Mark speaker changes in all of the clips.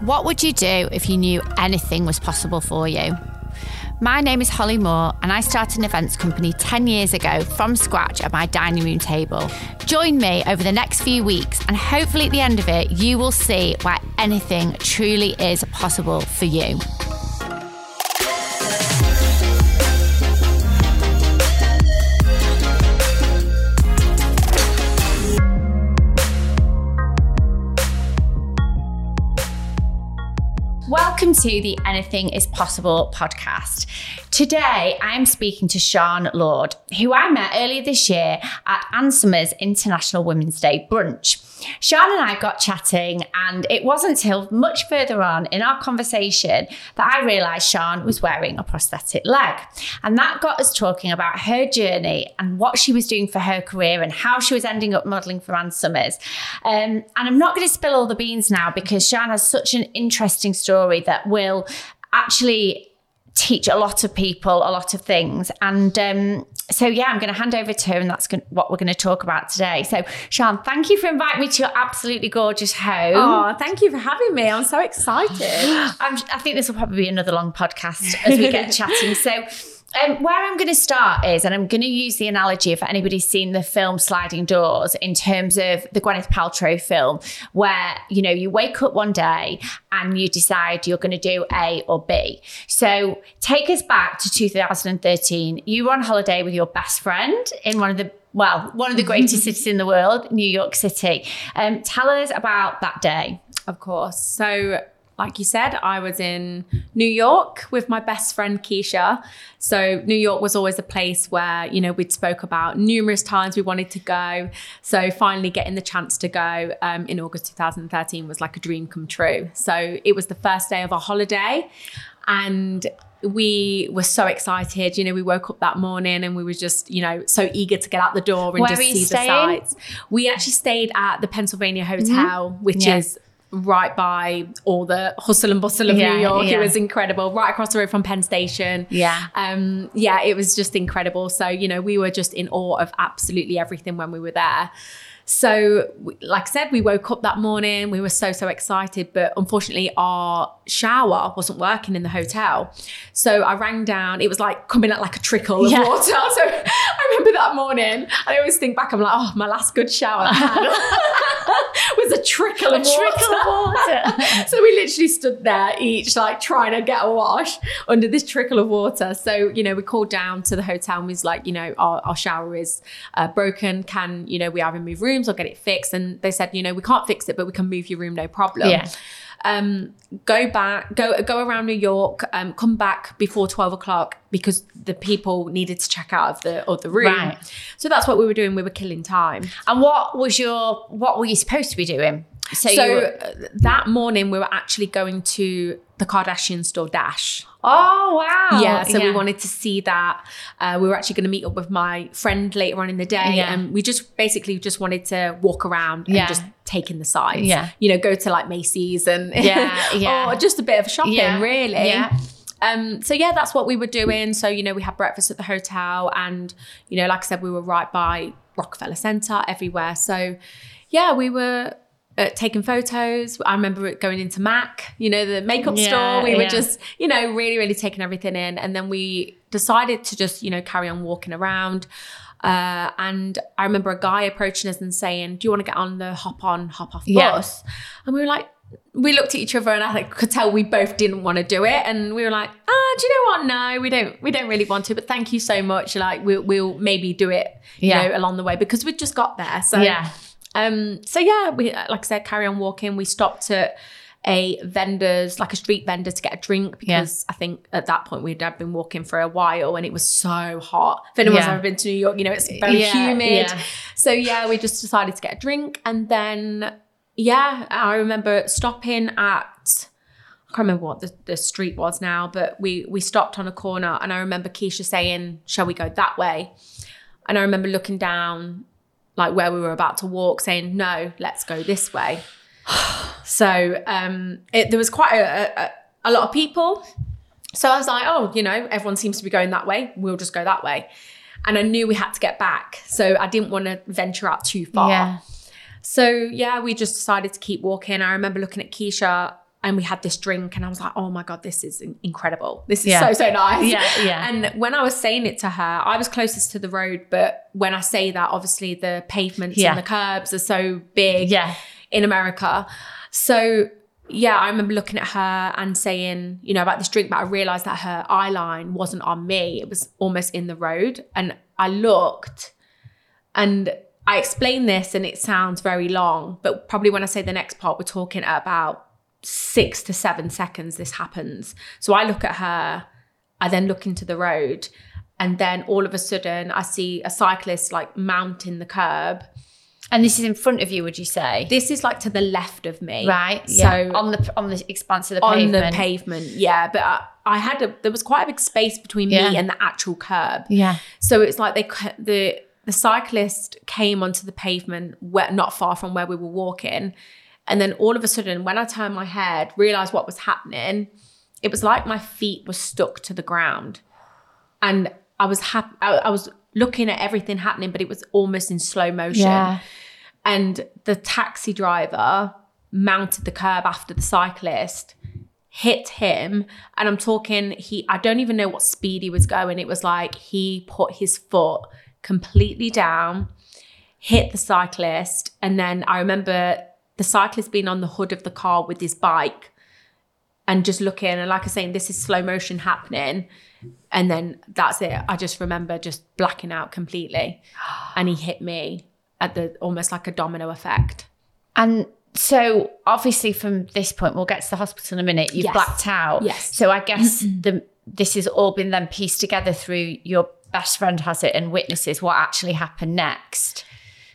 Speaker 1: What would you do if you knew anything was possible for you? My name is Holly Moore, and I started an events company 10 years ago from scratch at my dining room table. Join me over the next few weeks, and hopefully, at the end of it, you will see why anything truly is possible for you. Welcome to the Anything is Possible podcast. Today, I'm speaking to Sean Lord, who I met earlier this year at Ann Summers International Women's Day brunch. Sean and I got chatting, and it wasn't till much further on in our conversation that I realised Sean was wearing a prosthetic leg. And that got us talking about her journey and what she was doing for her career and how she was ending up modelling for Ann Summers. Um, and I'm not going to spill all the beans now because Sean has such an interesting story that will actually teach a lot of people a lot of things. And um, so, yeah, I'm going to hand over to her, and that's gon- what we're going to talk about today. So, Sean, thank you for inviting me to your absolutely gorgeous home.
Speaker 2: Oh, thank you for having me. I'm so excited.
Speaker 1: I'm, I think this will probably be another long podcast as we get chatting. So, um, where I'm going to start is, and I'm going to use the analogy for anybody's seen the film Sliding Doors in terms of the Gwyneth Paltrow film, where you know you wake up one day and you decide you're going to do A or B. So take us back to 2013. You were on holiday with your best friend in one of the well, one of the greatest cities in the world, New York City. Um, tell us about that day.
Speaker 2: Of course. So, like you said, I was in New York with my best friend Keisha. So, New York was always a place where, you know, we'd spoke about numerous times we wanted to go. So, finally getting the chance to go um, in August 2013 was like a dream come true. So, it was the first day of our holiday. And we were so excited. You know, we woke up that morning and we were just, you know, so eager to get out the door and
Speaker 1: Where
Speaker 2: just
Speaker 1: were you
Speaker 2: see
Speaker 1: staying?
Speaker 2: the sights. We actually stayed at the Pennsylvania Hotel, which
Speaker 1: Mm-hmm. Yeah.
Speaker 2: is right by all the hustle and bustle of
Speaker 1: Yeah,
Speaker 2: New York.
Speaker 1: yeah.
Speaker 2: It was incredible, right across the road from Penn Station.
Speaker 1: Yeah.
Speaker 2: Um, yeah, it was just incredible. So, you know, we were just in awe of absolutely everything when we were there. So, w- like I said, we woke up that morning. We were so, so excited. But unfortunately, our shower wasn't working in the hotel. So I rang down. It was like coming out like a trickle of
Speaker 1: Yeah.
Speaker 2: water. So I remember that morning. I always think back, I'm like, oh, my last good shower I had was a trickle of water. so we literally stood there each like trying to get a wash under this trickle of water so you know we called down to the hotel and was like you know our, our shower is uh, broken can you know we either move rooms or get it fixed and they said you know we can't fix it but we can move your room no problem
Speaker 1: Yeah.
Speaker 2: um go back go go around new york um come back before 12 o'clock because the people needed to check out of the of the room
Speaker 1: Right.
Speaker 2: so that's what we were doing we were killing time
Speaker 1: And what was your what were you supposed to be doing? So,
Speaker 2: so
Speaker 1: you were-
Speaker 2: uh, that morning we were actually going to the Kardashian store Dash.
Speaker 1: oh wow,
Speaker 2: yeah, so we wanted to see that. Uh, we were actually going to meet up with my friend later on in the day,
Speaker 1: Yeah.
Speaker 2: and we just basically just wanted to walk around
Speaker 1: Yeah.
Speaker 2: and just take in the sights.
Speaker 1: Yeah.
Speaker 2: you know, go to like Macy's and
Speaker 1: Yeah, yeah.
Speaker 2: or just a bit of shopping,
Speaker 1: Yeah,
Speaker 2: really.
Speaker 1: yeah.
Speaker 2: Um, so yeah, that's what we were doing. So you know, we had breakfast at the hotel, and you know, like I said, we were right by Rockefeller Center, everywhere. So yeah, we were uh, taking photos. I remember it going into Mac, you know, the makeup
Speaker 1: Yeah,
Speaker 2: store. We were
Speaker 1: yeah.
Speaker 2: just, you know, really, really taking everything in, and then we decided to just, you know, carry on walking around. Uh, and I remember a guy approaching us and saying, "Do you want to get on the hop on, hop off
Speaker 1: Yeah.
Speaker 2: bus?" And we were like, we looked at each other and I like, could tell we both didn't want to do it. And we were like, ah, do you know what? No, we don't, we don't really want to, but thank you so much. Like we'll, we'll maybe do it, you
Speaker 1: Yeah.
Speaker 2: know, along the way because we'd just got there. So,
Speaker 1: yeah,
Speaker 2: um, so yeah, we, like I said, carry on walking. We stopped at a vendor's, like a street vendor to get a drink because I think at that point we'd had been walking for a while and it was so hot. If anyone's
Speaker 1: Yeah.
Speaker 2: ever been to New York, you know, it's very
Speaker 1: Yeah,
Speaker 2: humid.
Speaker 1: yeah.
Speaker 2: So yeah, we just decided to get a drink and then yeah, I remember stopping at I can't remember what the, the street was now, but we we stopped on a corner and I remember Keisha saying, Shall we go that way? And I remember looking down like where we were about to walk, saying, No, let's go this way. so um it, there was quite a, a, a lot of people. So I was like, oh, you know, everyone seems to be going that way. We'll just go that way. And I knew we had to get back. So I didn't want to venture out too far.
Speaker 1: yeah,
Speaker 2: So yeah, we just decided to keep walking. I remember looking at Keisha and we had this drink and I was like, oh my God, this is in- incredible. This is
Speaker 1: Yeah.
Speaker 2: so, so nice.
Speaker 1: Yeah, yeah.
Speaker 2: And when I was saying it to her, I was closest to the road, but when I say that, obviously the pavements
Speaker 1: Yeah.
Speaker 2: and the curbs are so big
Speaker 1: yeah.
Speaker 2: in America. So yeah, I remember looking at her and saying, you know, about this drink, but I realized that her eye line wasn't on me. It was almost in the road. And I looked and I explained this and it sounds very long, but probably when I say the next part, we're talking about six to seven seconds this happens. So I look at her, I then look into the road, and then all of a sudden I see a cyclist like mounting the curb.
Speaker 1: And this is in front of you, would you say?
Speaker 2: This is like to the left of me.
Speaker 1: right. Yeah. on the on the expanse of the
Speaker 2: on
Speaker 1: pavement.
Speaker 2: the pavement. Yeah, but I, I had a there was quite a big space between
Speaker 1: Yeah.
Speaker 2: me and the actual curb,
Speaker 1: yeah.
Speaker 2: so it's like they c- the the cyclist came onto the pavement where, not far from where we were walking, and then all of a sudden, when I turned my head, realized what was happening, it was like my feet were stuck to the ground, and I was happy. I, I was looking at everything happening, but it was almost in slow motion
Speaker 1: Yeah.
Speaker 2: and the taxi driver mounted the curb after the cyclist hit him and i'm talking he i don't even know what speed he was going it was like he put his foot completely down hit the cyclist and then i remember the cyclist being on the hood of the car with his bike and just looking and like i saying this is slow motion happening and then that's it i just remember just blacking out completely and he hit me at the almost like a domino effect.
Speaker 1: And so obviously from this point, we'll get to the hospital in a minute. You've
Speaker 2: Yes.
Speaker 1: blacked out.
Speaker 2: Yes.
Speaker 1: So I guess the this has all been then pieced together through your best friend has it and witnesses what actually happened next.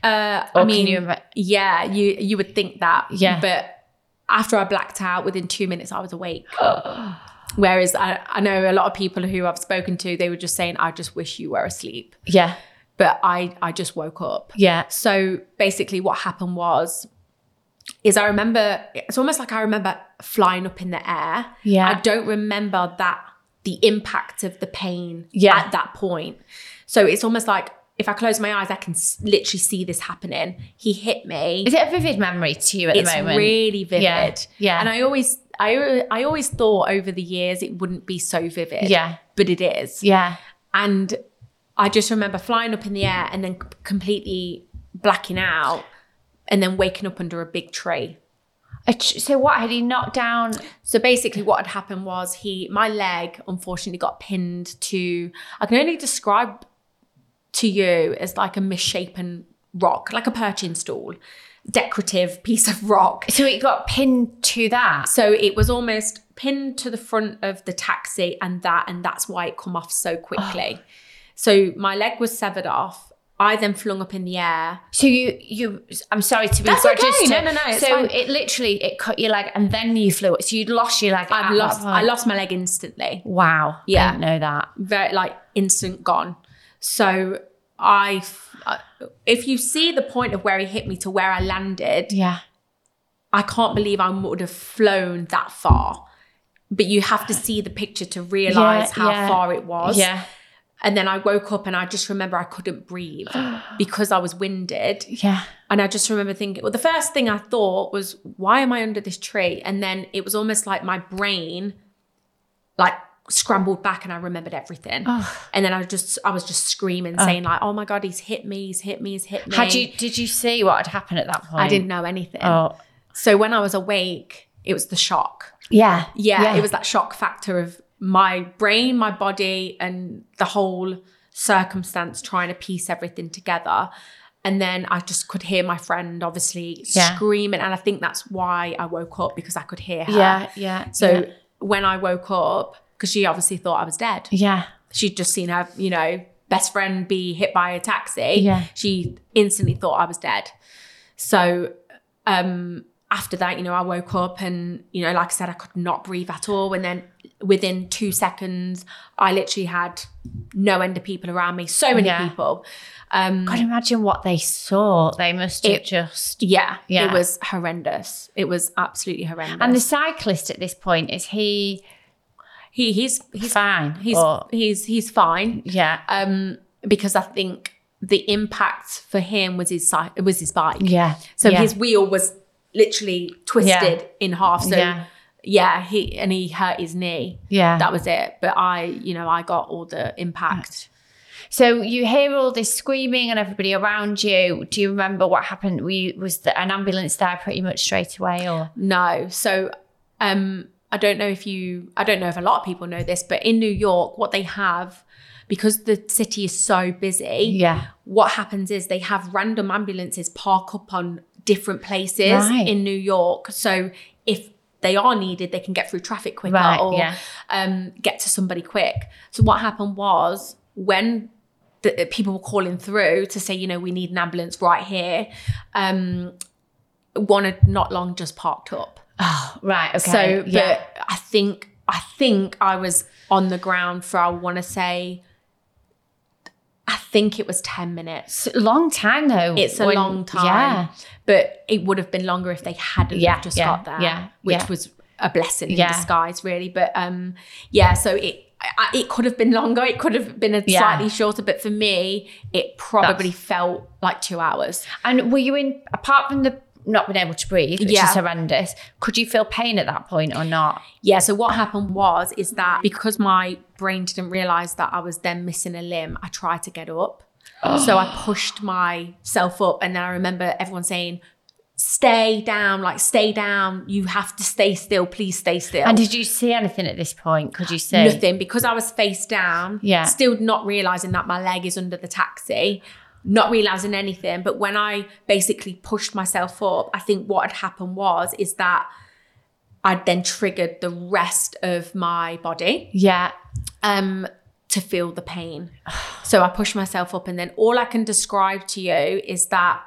Speaker 2: Uh,
Speaker 1: Or
Speaker 2: I
Speaker 1: can
Speaker 2: mean,
Speaker 1: you ima-
Speaker 2: yeah, you you would think that,
Speaker 1: Yeah.
Speaker 2: But after I blacked out, within two minutes, I was awake. Whereas I, I know a lot of people who I've spoken to, they were just saying, "I just wish you were asleep,"
Speaker 1: Yeah.
Speaker 2: but I I just woke up.
Speaker 1: Yeah.
Speaker 2: So basically, what happened was, is I remember it's almost like I remember flying up in the air.
Speaker 1: Yeah.
Speaker 2: I don't remember that the impact of the pain
Speaker 1: Yeah.
Speaker 2: at that point. So it's almost like if I close my eyes, I can s- literally see this happening. He hit me.
Speaker 1: Is it a vivid memory to you at
Speaker 2: It's
Speaker 1: the moment?
Speaker 2: really vivid.
Speaker 1: Yeah, yeah.
Speaker 2: And I always, I, al- I always thought over the years it wouldn't be so vivid.
Speaker 1: Yeah.
Speaker 2: But it is.
Speaker 1: yeah.
Speaker 2: And I just remember flying up in the air and then c- completely blacking out and then waking up under a big tree.
Speaker 1: A tr- So what had he knocked down?
Speaker 2: So basically, what had happened was he, my leg, unfortunately, got pinned to. I can only describe to you as like a misshapen rock, like a perching stool, decorative piece of rock.
Speaker 1: So it got pinned to that.
Speaker 2: So it was almost pinned to the front of the taxi, and that, and that's why it come off so quickly.
Speaker 1: Oh.
Speaker 2: So my leg was severed off. I then flung up in the air.
Speaker 1: So you you I'm sorry to be
Speaker 2: That's
Speaker 1: grudges
Speaker 2: okay.
Speaker 1: to-
Speaker 2: No, no, no, it's
Speaker 1: So
Speaker 2: fine.
Speaker 1: it literally it cut your leg and then you flew it. So you'd lost your leg. at
Speaker 2: I
Speaker 1: that
Speaker 2: lost. I
Speaker 1: point.
Speaker 2: lost my leg instantly.
Speaker 1: Wow.
Speaker 2: Yeah.
Speaker 1: I didn't know that.
Speaker 2: very like instant gone. So I, f- I- if you see the point of where he hit me to where I landed,
Speaker 1: Yeah.
Speaker 2: I can't believe I would have flown that far. But you have to see the picture to realize
Speaker 1: Yeah,
Speaker 2: how
Speaker 1: yeah.
Speaker 2: far it was.
Speaker 1: Yeah.
Speaker 2: And then I woke up and I just remember I couldn't breathe because I was winded.
Speaker 1: Yeah.
Speaker 2: And I just remember thinking, well, the first thing I thought was, why am I under this tree? And then it was almost like my brain like scrambled back and I remembered everything.
Speaker 1: Oh.
Speaker 2: And then I just I was just screaming, saying like, oh my God, he's hit me, he's hit me, he's hit me.
Speaker 1: Had you did you see what had happened at that point?
Speaker 2: I didn't know anything.
Speaker 1: Oh.
Speaker 2: So when I was awake, it was the shock.
Speaker 1: Yeah.
Speaker 2: Yeah, it was that shock factor of my brain, my body, and the whole circumstance trying to piece everything together. And then I just could hear my friend obviously
Speaker 1: Yeah.
Speaker 2: screaming. And I think that's why I woke up because I could hear her.
Speaker 1: Yeah. Yeah.
Speaker 2: So
Speaker 1: yeah.
Speaker 2: when I woke up, because she obviously thought I was dead,
Speaker 1: Yeah.
Speaker 2: she'd just seen her, you know, best friend be hit by a taxi.
Speaker 1: Yeah.
Speaker 2: She instantly thought I was dead. So um after that, you know, I woke up and, you know, like I said, I could not breathe at all. And then within two seconds, I literally had no end of people around me, so many
Speaker 1: Yeah.
Speaker 2: people. Um
Speaker 1: God, imagine what they saw. They must have
Speaker 2: It-
Speaker 1: just
Speaker 2: yeah,
Speaker 1: Yeah.
Speaker 2: it was horrendous. It was absolutely horrendous.
Speaker 1: And the cyclist at this point is he
Speaker 2: he he's he's
Speaker 1: he's fine.
Speaker 2: he's
Speaker 1: or-
Speaker 2: he's he's fine.
Speaker 1: yeah.
Speaker 2: um, because I think the impact for him was his si- was his bike.
Speaker 1: yeah.
Speaker 2: So
Speaker 1: yeah.
Speaker 2: his wheel was literally twisted in half. So
Speaker 1: Yeah.
Speaker 2: yeah, he and he hurt his knee.
Speaker 1: Yeah.
Speaker 2: That was it. But I, you know, I got all the impact.
Speaker 1: So you hear all this screaming and everybody around you. Do you remember what happened? We was the, an ambulance there pretty much straight away, or
Speaker 2: No. So um I don't know if you I don't know if a lot of people know this, but in New York, what they have because the city is so busy,
Speaker 1: yeah,
Speaker 2: what happens is they have random ambulances park up on different places
Speaker 1: Right.
Speaker 2: in New York. So if they are needed, they can get through traffic quicker
Speaker 1: Right,
Speaker 2: or
Speaker 1: yeah.
Speaker 2: um, get to somebody quick. So what happened was when the, the people were calling through to say, you know, we need an ambulance right here, um, one had not long just parked up.
Speaker 1: right, okay,
Speaker 2: So,
Speaker 1: yeah,
Speaker 2: but I think I think I was on the ground for I want to say, I think it was ten minutes.
Speaker 1: it's a long time though.
Speaker 2: It's a
Speaker 1: When-
Speaker 2: long time.
Speaker 1: Yeah,
Speaker 2: But it would have been longer if they hadn't
Speaker 1: Yeah,
Speaker 2: just
Speaker 1: yeah,
Speaker 2: got there.
Speaker 1: yeah,
Speaker 2: Which
Speaker 1: yeah.
Speaker 2: was a blessing in
Speaker 1: Yeah.
Speaker 2: disguise, really. But um, yeah, so it I, it could have been longer. It could have been a
Speaker 1: Yeah.
Speaker 2: slightly shorter. But for me, it probably felt like two hours.
Speaker 1: And were you in apart from the not being able to breathe, which
Speaker 2: Yeah.
Speaker 1: is horrendous? Could you feel pain at that point or not?
Speaker 2: Yeah. So what happened was is that because my brain didn't realize that I was then missing a limb, I tried to get up. so I pushed myself up, and then I remember everyone saying. Stay down, like stay down. You have to stay still. Please stay still.
Speaker 1: And did you see anything at this point? Could you see?
Speaker 2: Oh. nothing because I was face down.
Speaker 1: Yeah.
Speaker 2: Still not realizing that my leg is under the taxi, not realizing anything. But when I basically pushed myself up, I think what had happened was is that I then triggered the rest of my body
Speaker 1: Yeah.
Speaker 2: um, to feel the pain. so I pushed myself up, and then all I can describe to you is that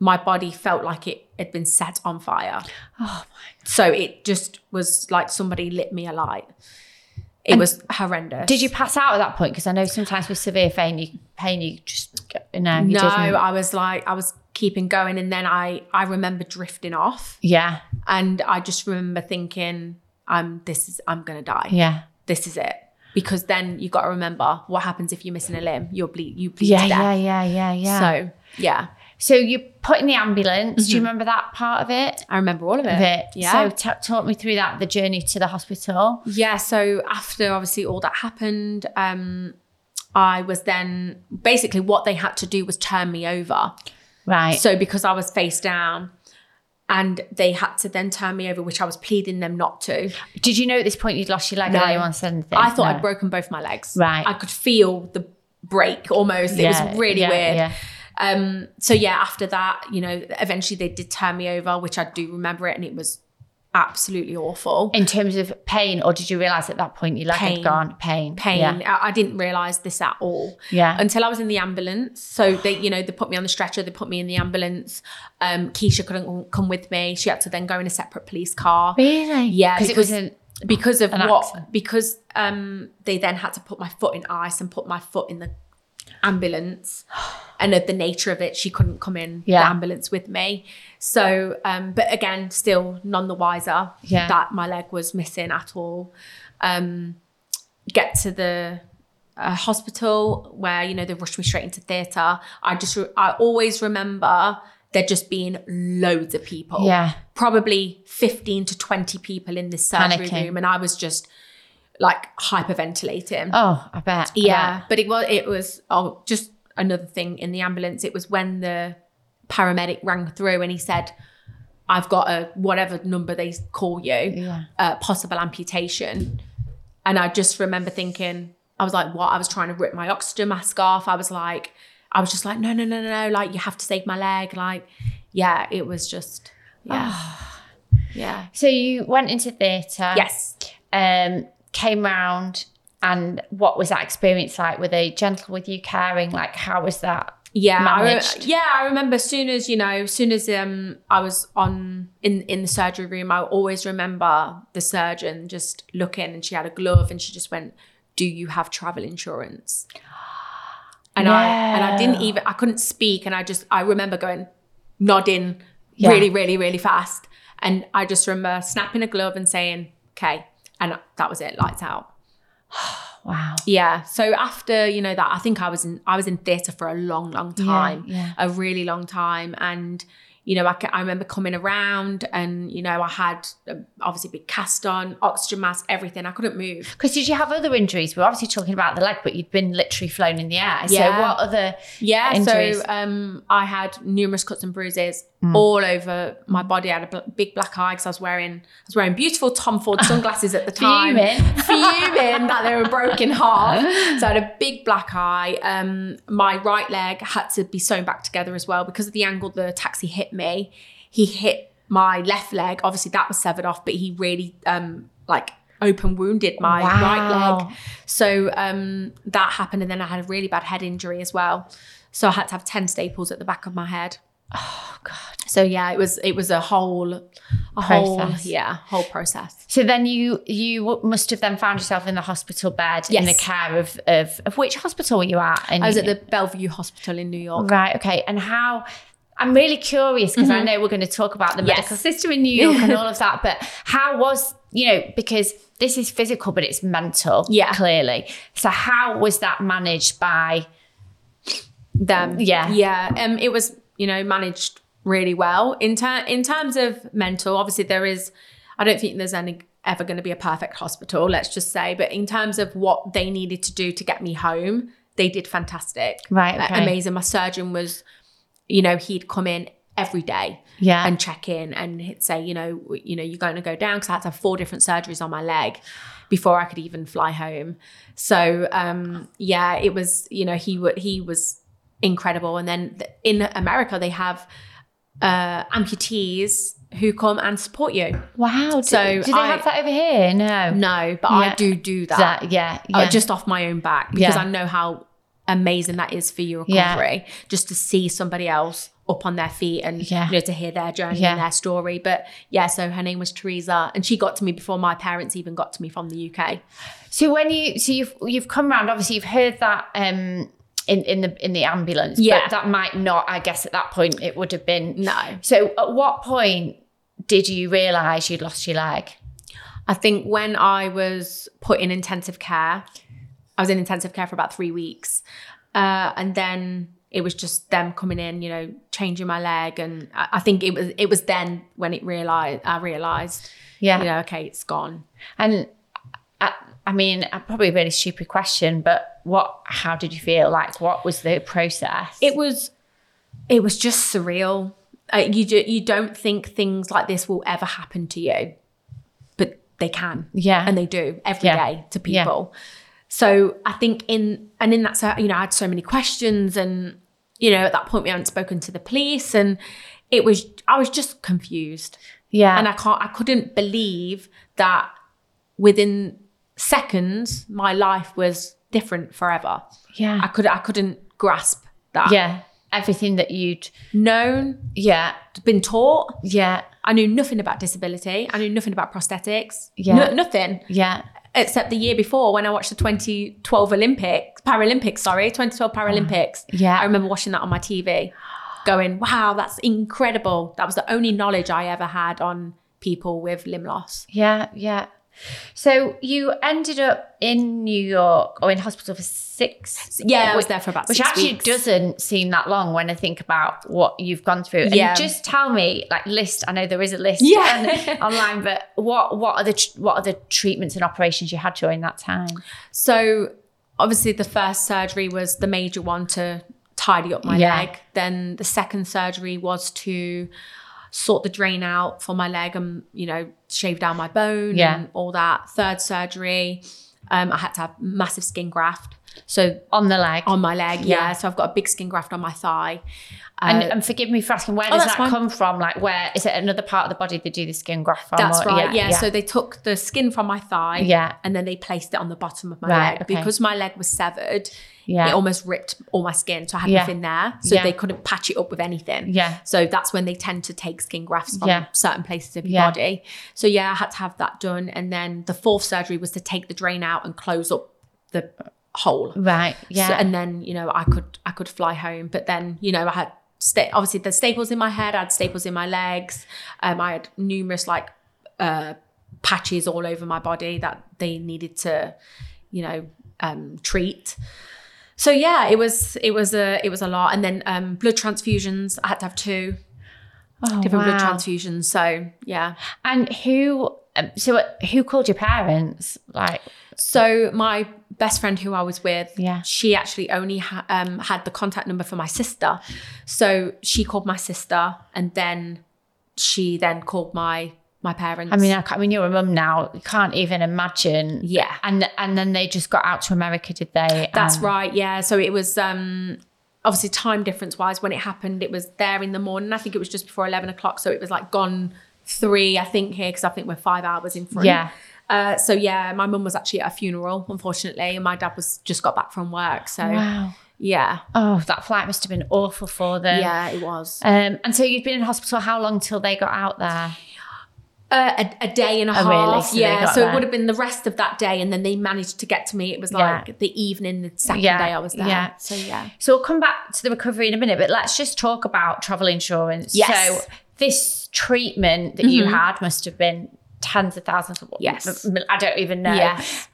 Speaker 2: my body felt like it had been set on fire.
Speaker 1: Oh
Speaker 2: So it just was like somebody lit me alight. It was horrendous.
Speaker 1: Did you pass out at that point? Because I know sometimes with severe pain, you pain you just get- no, you
Speaker 2: No,
Speaker 1: didn't.
Speaker 2: I was like, I was keeping going, and then I I remember drifting off,
Speaker 1: Yeah,
Speaker 2: and I just remember thinking, I'm this is I'm gonna die.
Speaker 1: yeah,
Speaker 2: This is it. Because then you got to remember what happens if you're missing a limb. You're bleed. You bleed
Speaker 1: yeah,
Speaker 2: to
Speaker 1: yeah,
Speaker 2: death.
Speaker 1: yeah, yeah, yeah. So,
Speaker 2: So yeah,
Speaker 1: you put in the ambulance. Do you remember that part of it?
Speaker 2: I remember all of it.
Speaker 1: Of it.
Speaker 2: Uh, Yeah.
Speaker 1: So ta- talk me through that the journey to the hospital.
Speaker 2: yeah. So after obviously all that happened, um, I was then basically what they had to do was turn me over.
Speaker 1: Right.
Speaker 2: So because I was face down. And they had to then turn me over, which I was pleading them not to.
Speaker 1: did you know at this point you'd lost your leg?
Speaker 2: No.
Speaker 1: and anyone said anything?
Speaker 2: I thought
Speaker 1: No.
Speaker 2: I'd broken both my legs.
Speaker 1: Right.
Speaker 2: I could feel the break almost. it
Speaker 1: Yeah,
Speaker 2: was really
Speaker 1: yeah,
Speaker 2: weird.
Speaker 1: Yeah.
Speaker 2: Um, so yeah, after that, you know, eventually they did turn me over, which I do remember it, and it was absolutely awful.
Speaker 1: In terms of pain, or did you realize at that point your leg
Speaker 2: Pain.
Speaker 1: had gone? Pain.
Speaker 2: Pain.
Speaker 1: Yeah.
Speaker 2: I, I didn't realise this at all.
Speaker 1: Yeah.
Speaker 2: Until I was in the ambulance. So they, you know, they put me on the stretcher, they put me in the ambulance. Um, Keisha couldn't come with me. She had to then go in a separate police car.
Speaker 1: really?
Speaker 2: Yeah,
Speaker 1: Because it
Speaker 2: because-
Speaker 1: was an,
Speaker 2: because of
Speaker 1: An
Speaker 2: what
Speaker 1: accident.
Speaker 2: because um they then had to put my foot in ice and put my foot in the ambulance and of the nature of it she couldn't come in the
Speaker 1: Yeah.
Speaker 2: ambulance with me so um but again still none the wiser
Speaker 1: Yeah.
Speaker 2: that my leg was missing at all um get to the uh, hospital where you know they rushed me straight into theater i just re- i always remember there just being loads of people
Speaker 1: yeah.
Speaker 2: probably 15 to 20 people in this surgery
Speaker 1: Panicking.
Speaker 2: room and I was just like hyperventilating.
Speaker 1: Oh, I bet. I
Speaker 2: yeah,
Speaker 1: bet.
Speaker 2: but it was it was oh just another thing in the ambulance. It was when the paramedic rang through and he said I've got a whatever number they call you,
Speaker 1: Yeah.
Speaker 2: uh, possible amputation. And I just remember thinking, I was like, what? I was trying to rip my oxygen mask off. I was like, I was just like, no, no, no, no, no. Like, you have to save my leg. Like, yeah, it was just, yeah. yeah.
Speaker 1: So you went into theatre.
Speaker 2: Yes.
Speaker 1: Um, came round, and what was that experience like? Were they gentle with you, caring? Like, how was that?
Speaker 2: yeah, I
Speaker 1: managed.
Speaker 2: re- yeah, I remember. As soon as you know, as soon as um, I was on in in the surgery room, I always remember the surgeon just looking, and she had a glove, and she just went, "Do you have travel insurance?" And I and I didn't
Speaker 1: No.
Speaker 2: even I couldn't speak, and I just I remember going nodding
Speaker 1: Yeah.
Speaker 2: really really really fast, and I just remember snapping a glove and saying, "Okay," and that was it, lights out.
Speaker 1: Wow.
Speaker 2: Yeah. So after you know that, I think I was in I was in theatre for a long, long time,
Speaker 1: yeah.
Speaker 2: a really long time, and you know, I, ca- I remember coming around and, you know, I had um, obviously big cast on, oxygen mask, everything. I couldn't move.
Speaker 1: Because did you have other injuries? We We're obviously talking about the leg, but you'd been literally flown in the air. So
Speaker 2: Yeah.
Speaker 1: what other?
Speaker 2: Yeah.
Speaker 1: Injuries. Mm.
Speaker 2: So um, I had numerous cuts and bruises all over my body. I had a bl- big black eye because I was wearing, I was wearing beautiful Tom Ford sunglasses at the time.
Speaker 1: Fuming.
Speaker 2: fuming that they were broken half. So I had a big black eye. Um, my right leg had to be sewn back together as well because of the angle the taxi hit me. He hit my left leg. Obviously, that was severed off, but he really um, like open wounded my
Speaker 1: Wow.
Speaker 2: right leg. So um, that happened, and then I had a really bad head injury as well. So I had to have ten staples at the back of my head.
Speaker 1: Oh God.
Speaker 2: So yeah, it was it was a whole, a whole
Speaker 1: Process.
Speaker 2: yeah whole process.
Speaker 1: So then you you must have then found yourself in the hospital bed in the
Speaker 2: Yes.
Speaker 1: care of of, of which hospital were you at? And
Speaker 2: I was
Speaker 1: you-
Speaker 2: at Oh, the Bellevue Hospital in New York.
Speaker 1: Right. Okay. And how? I'm really curious because I know we're going to talk about the
Speaker 2: Mm-hmm. Yes.
Speaker 1: medical system in New York and all of that, but how was you know because this is physical but it's mental,
Speaker 2: Yeah.
Speaker 1: clearly. So how was that managed by?
Speaker 2: them.
Speaker 1: Yeah.
Speaker 2: yeah. Um, it was you know managed really well in ter- in terms of mental. Obviously, there is. I don't think there's any ever going to be a perfect hospital. Let's just say, but in terms of what they needed to do to get me home, they did fantastic.
Speaker 1: Right.
Speaker 2: Like,
Speaker 1: Okay.
Speaker 2: amazing. My surgeon was, you know, he'd come in every day
Speaker 1: Yeah.
Speaker 2: and check in and he'd say, you know, w- you know, you're going to go down because I had to have four different surgeries on my leg before I could even fly home. So um, yeah, it was, you know, he wa- he was incredible. And then th- in America, they have uh, amputees who come and support you.
Speaker 1: wow. So
Speaker 2: So
Speaker 1: do, they
Speaker 2: I-
Speaker 1: have that over here? No.
Speaker 2: No, but
Speaker 1: Yeah.
Speaker 2: I do do that,
Speaker 1: That, yeah. Yeah.
Speaker 2: uh, just off my own back because
Speaker 1: Yeah.
Speaker 2: I know how amazing that is for your
Speaker 1: Yeah.
Speaker 2: recovery. Just to see somebody else up on their feet and
Speaker 1: Yeah.
Speaker 2: you know to hear their journey
Speaker 1: Yeah.
Speaker 2: and their story. But yeah, so her name was Teresa, and she got to me before my parents even got to me from the UK.
Speaker 1: So when you so you've you've come round, obviously you've heard that um in, in the in the ambulance.
Speaker 2: Yeah.
Speaker 1: But that might not, I guess at that point it would have been
Speaker 2: No.
Speaker 1: So at what point did you realise you'd lost your leg?
Speaker 2: I think when I was put in intensive care, I was in intensive care for about three weeks. Uh, and then it was just them coming in, you know, changing my leg. And I, I think it was it was then when it realized I realized,
Speaker 1: Yeah.
Speaker 2: you know, okay, it's gone.
Speaker 1: And I, I mean, a probably a really stupid question, but what how did you feel? Like what was the process?
Speaker 2: It was it was just surreal. Uh, you do, you don't think things like this will ever happen to you, but they can.
Speaker 1: yeah.
Speaker 2: and they do every day
Speaker 1: Yeah.
Speaker 2: to
Speaker 1: Yeah.
Speaker 2: people. So I think in and in that, so you know, I had so many questions, and you know, at that point we hadn't spoken to the police, and it was I was just confused,
Speaker 1: yeah.
Speaker 2: and I can't, I couldn't believe that within seconds my life was different forever.
Speaker 1: yeah.
Speaker 2: I could, I couldn't grasp that.
Speaker 1: yeah. Everything that you'd
Speaker 2: known,
Speaker 1: Yeah.
Speaker 2: been taught.
Speaker 1: Yeah.
Speaker 2: I knew nothing about disability. I knew nothing about prosthetics.
Speaker 1: Yeah.
Speaker 2: No- nothing.
Speaker 1: Yeah.
Speaker 2: except the year before when I watched the 2012 Olympics, Paralympics, sorry, 2012 Paralympics.
Speaker 1: Yeah.
Speaker 2: I remember watching that on my TV, going, wow, that's incredible. That was the only knowledge I ever had on people with limb loss.
Speaker 1: Yeah, yeah. So you ended up in New York or in hospital for six.
Speaker 2: Yeah, I was there for about
Speaker 1: Which
Speaker 2: six
Speaker 1: actually
Speaker 2: weeks.
Speaker 1: doesn't seem that long when I think about what you've gone through.
Speaker 2: Yeah.
Speaker 1: And just tell me, like, list. I know there is a list
Speaker 2: Yeah.
Speaker 1: on- online, but what what are the tr- what are the treatments and operations you had during that time?
Speaker 2: So obviously the first surgery was the major one to tidy up my
Speaker 1: Yeah.
Speaker 2: leg. Then the second surgery was to sort the drain out for my leg and you know shave down my bone
Speaker 1: Yeah.
Speaker 2: and all that. Third surgery, um, I had to have massive skin graft. So
Speaker 1: On the leg.
Speaker 2: on my leg, yeah.
Speaker 1: Yeah.
Speaker 2: So I've got a big skin graft on my thigh.
Speaker 1: and,
Speaker 2: Uh,
Speaker 1: and forgive me for asking, where
Speaker 2: Oh,
Speaker 1: does
Speaker 2: that's
Speaker 1: that
Speaker 2: fine.
Speaker 1: come from? Like, where is it another part of the body they do the skin graft from?
Speaker 2: That's
Speaker 1: or-
Speaker 2: right. Yeah,
Speaker 1: yeah.
Speaker 2: So they took the skin from my thigh.
Speaker 1: Yeah.
Speaker 2: And then they placed it on the bottom of my
Speaker 1: Right,
Speaker 2: leg
Speaker 1: okay.
Speaker 2: because my leg was severed.
Speaker 1: Yeah.
Speaker 2: It almost ripped all my skin, so I had
Speaker 1: Yeah.
Speaker 2: nothing there. So
Speaker 1: Yeah.
Speaker 2: they couldn't patch it up with anything.
Speaker 1: Yeah.
Speaker 2: So that's when they tend to take skin grafts from
Speaker 1: Yeah.
Speaker 2: certain places of your
Speaker 1: Yeah.
Speaker 2: body. So yeah, I had to have that done. And then the fourth surgery was to take the drain out and close up the hole.
Speaker 1: right. Yeah.
Speaker 2: So- and then you know I could I could fly home, but then you know I had sta- obviously the staples in my head, I had staples in my legs. Um, I had numerous like uh, patches all over my body that they needed to, you know, um, treat. So yeah, it was it was a it was a lot, and then um, blood transfusions. I had to have two
Speaker 1: Oh,
Speaker 2: different blood
Speaker 1: wow.
Speaker 2: transfusions. So yeah.
Speaker 1: And who? um, So uh, who called your parents? Like,
Speaker 2: So my best friend who I was with,
Speaker 1: Yeah.
Speaker 2: she actually only ha- um, had the contact number for my sister. So she called my sister, and then she then called my my parents.
Speaker 1: I mean, I, can't, I mean, you're a mum now. You can't even imagine.
Speaker 2: yeah.
Speaker 1: And and then they just got out to America, did they?
Speaker 2: That's
Speaker 1: And-
Speaker 2: right. Yeah. So it was um obviously time difference wise when it happened. It was there in the morning. I think it was just before eleven o'clock. So it was like gone three, I think here because I think we're five hours in front.
Speaker 1: Yeah.
Speaker 2: Uh, so yeah, my mum was actually at a funeral, unfortunately, and my dad was just got back from work. So
Speaker 1: Wow.
Speaker 2: yeah,
Speaker 1: Oh, that flight must have been awful for them.
Speaker 2: yeah, it was
Speaker 1: Um, and so you'd been in hospital how long till they got out there?
Speaker 2: uh, a, a day and a
Speaker 1: Oh, really?
Speaker 2: half.
Speaker 1: So they
Speaker 2: yeah,
Speaker 1: got
Speaker 2: so
Speaker 1: there.
Speaker 2: it would have been the rest of that day, and then they managed to get to me. It was
Speaker 1: Yeah.
Speaker 2: like the evening, the second
Speaker 1: Yeah,
Speaker 2: day I was there.
Speaker 1: yeah.
Speaker 2: So yeah,
Speaker 1: So we'll come back to the recovery in a minute, but let's just talk about travel insurance.
Speaker 2: Yes. Mm-hmm.
Speaker 1: So this treatment that you had must have been tens of thousands of
Speaker 2: Yes.
Speaker 1: m- I don't even know.
Speaker 2: yes.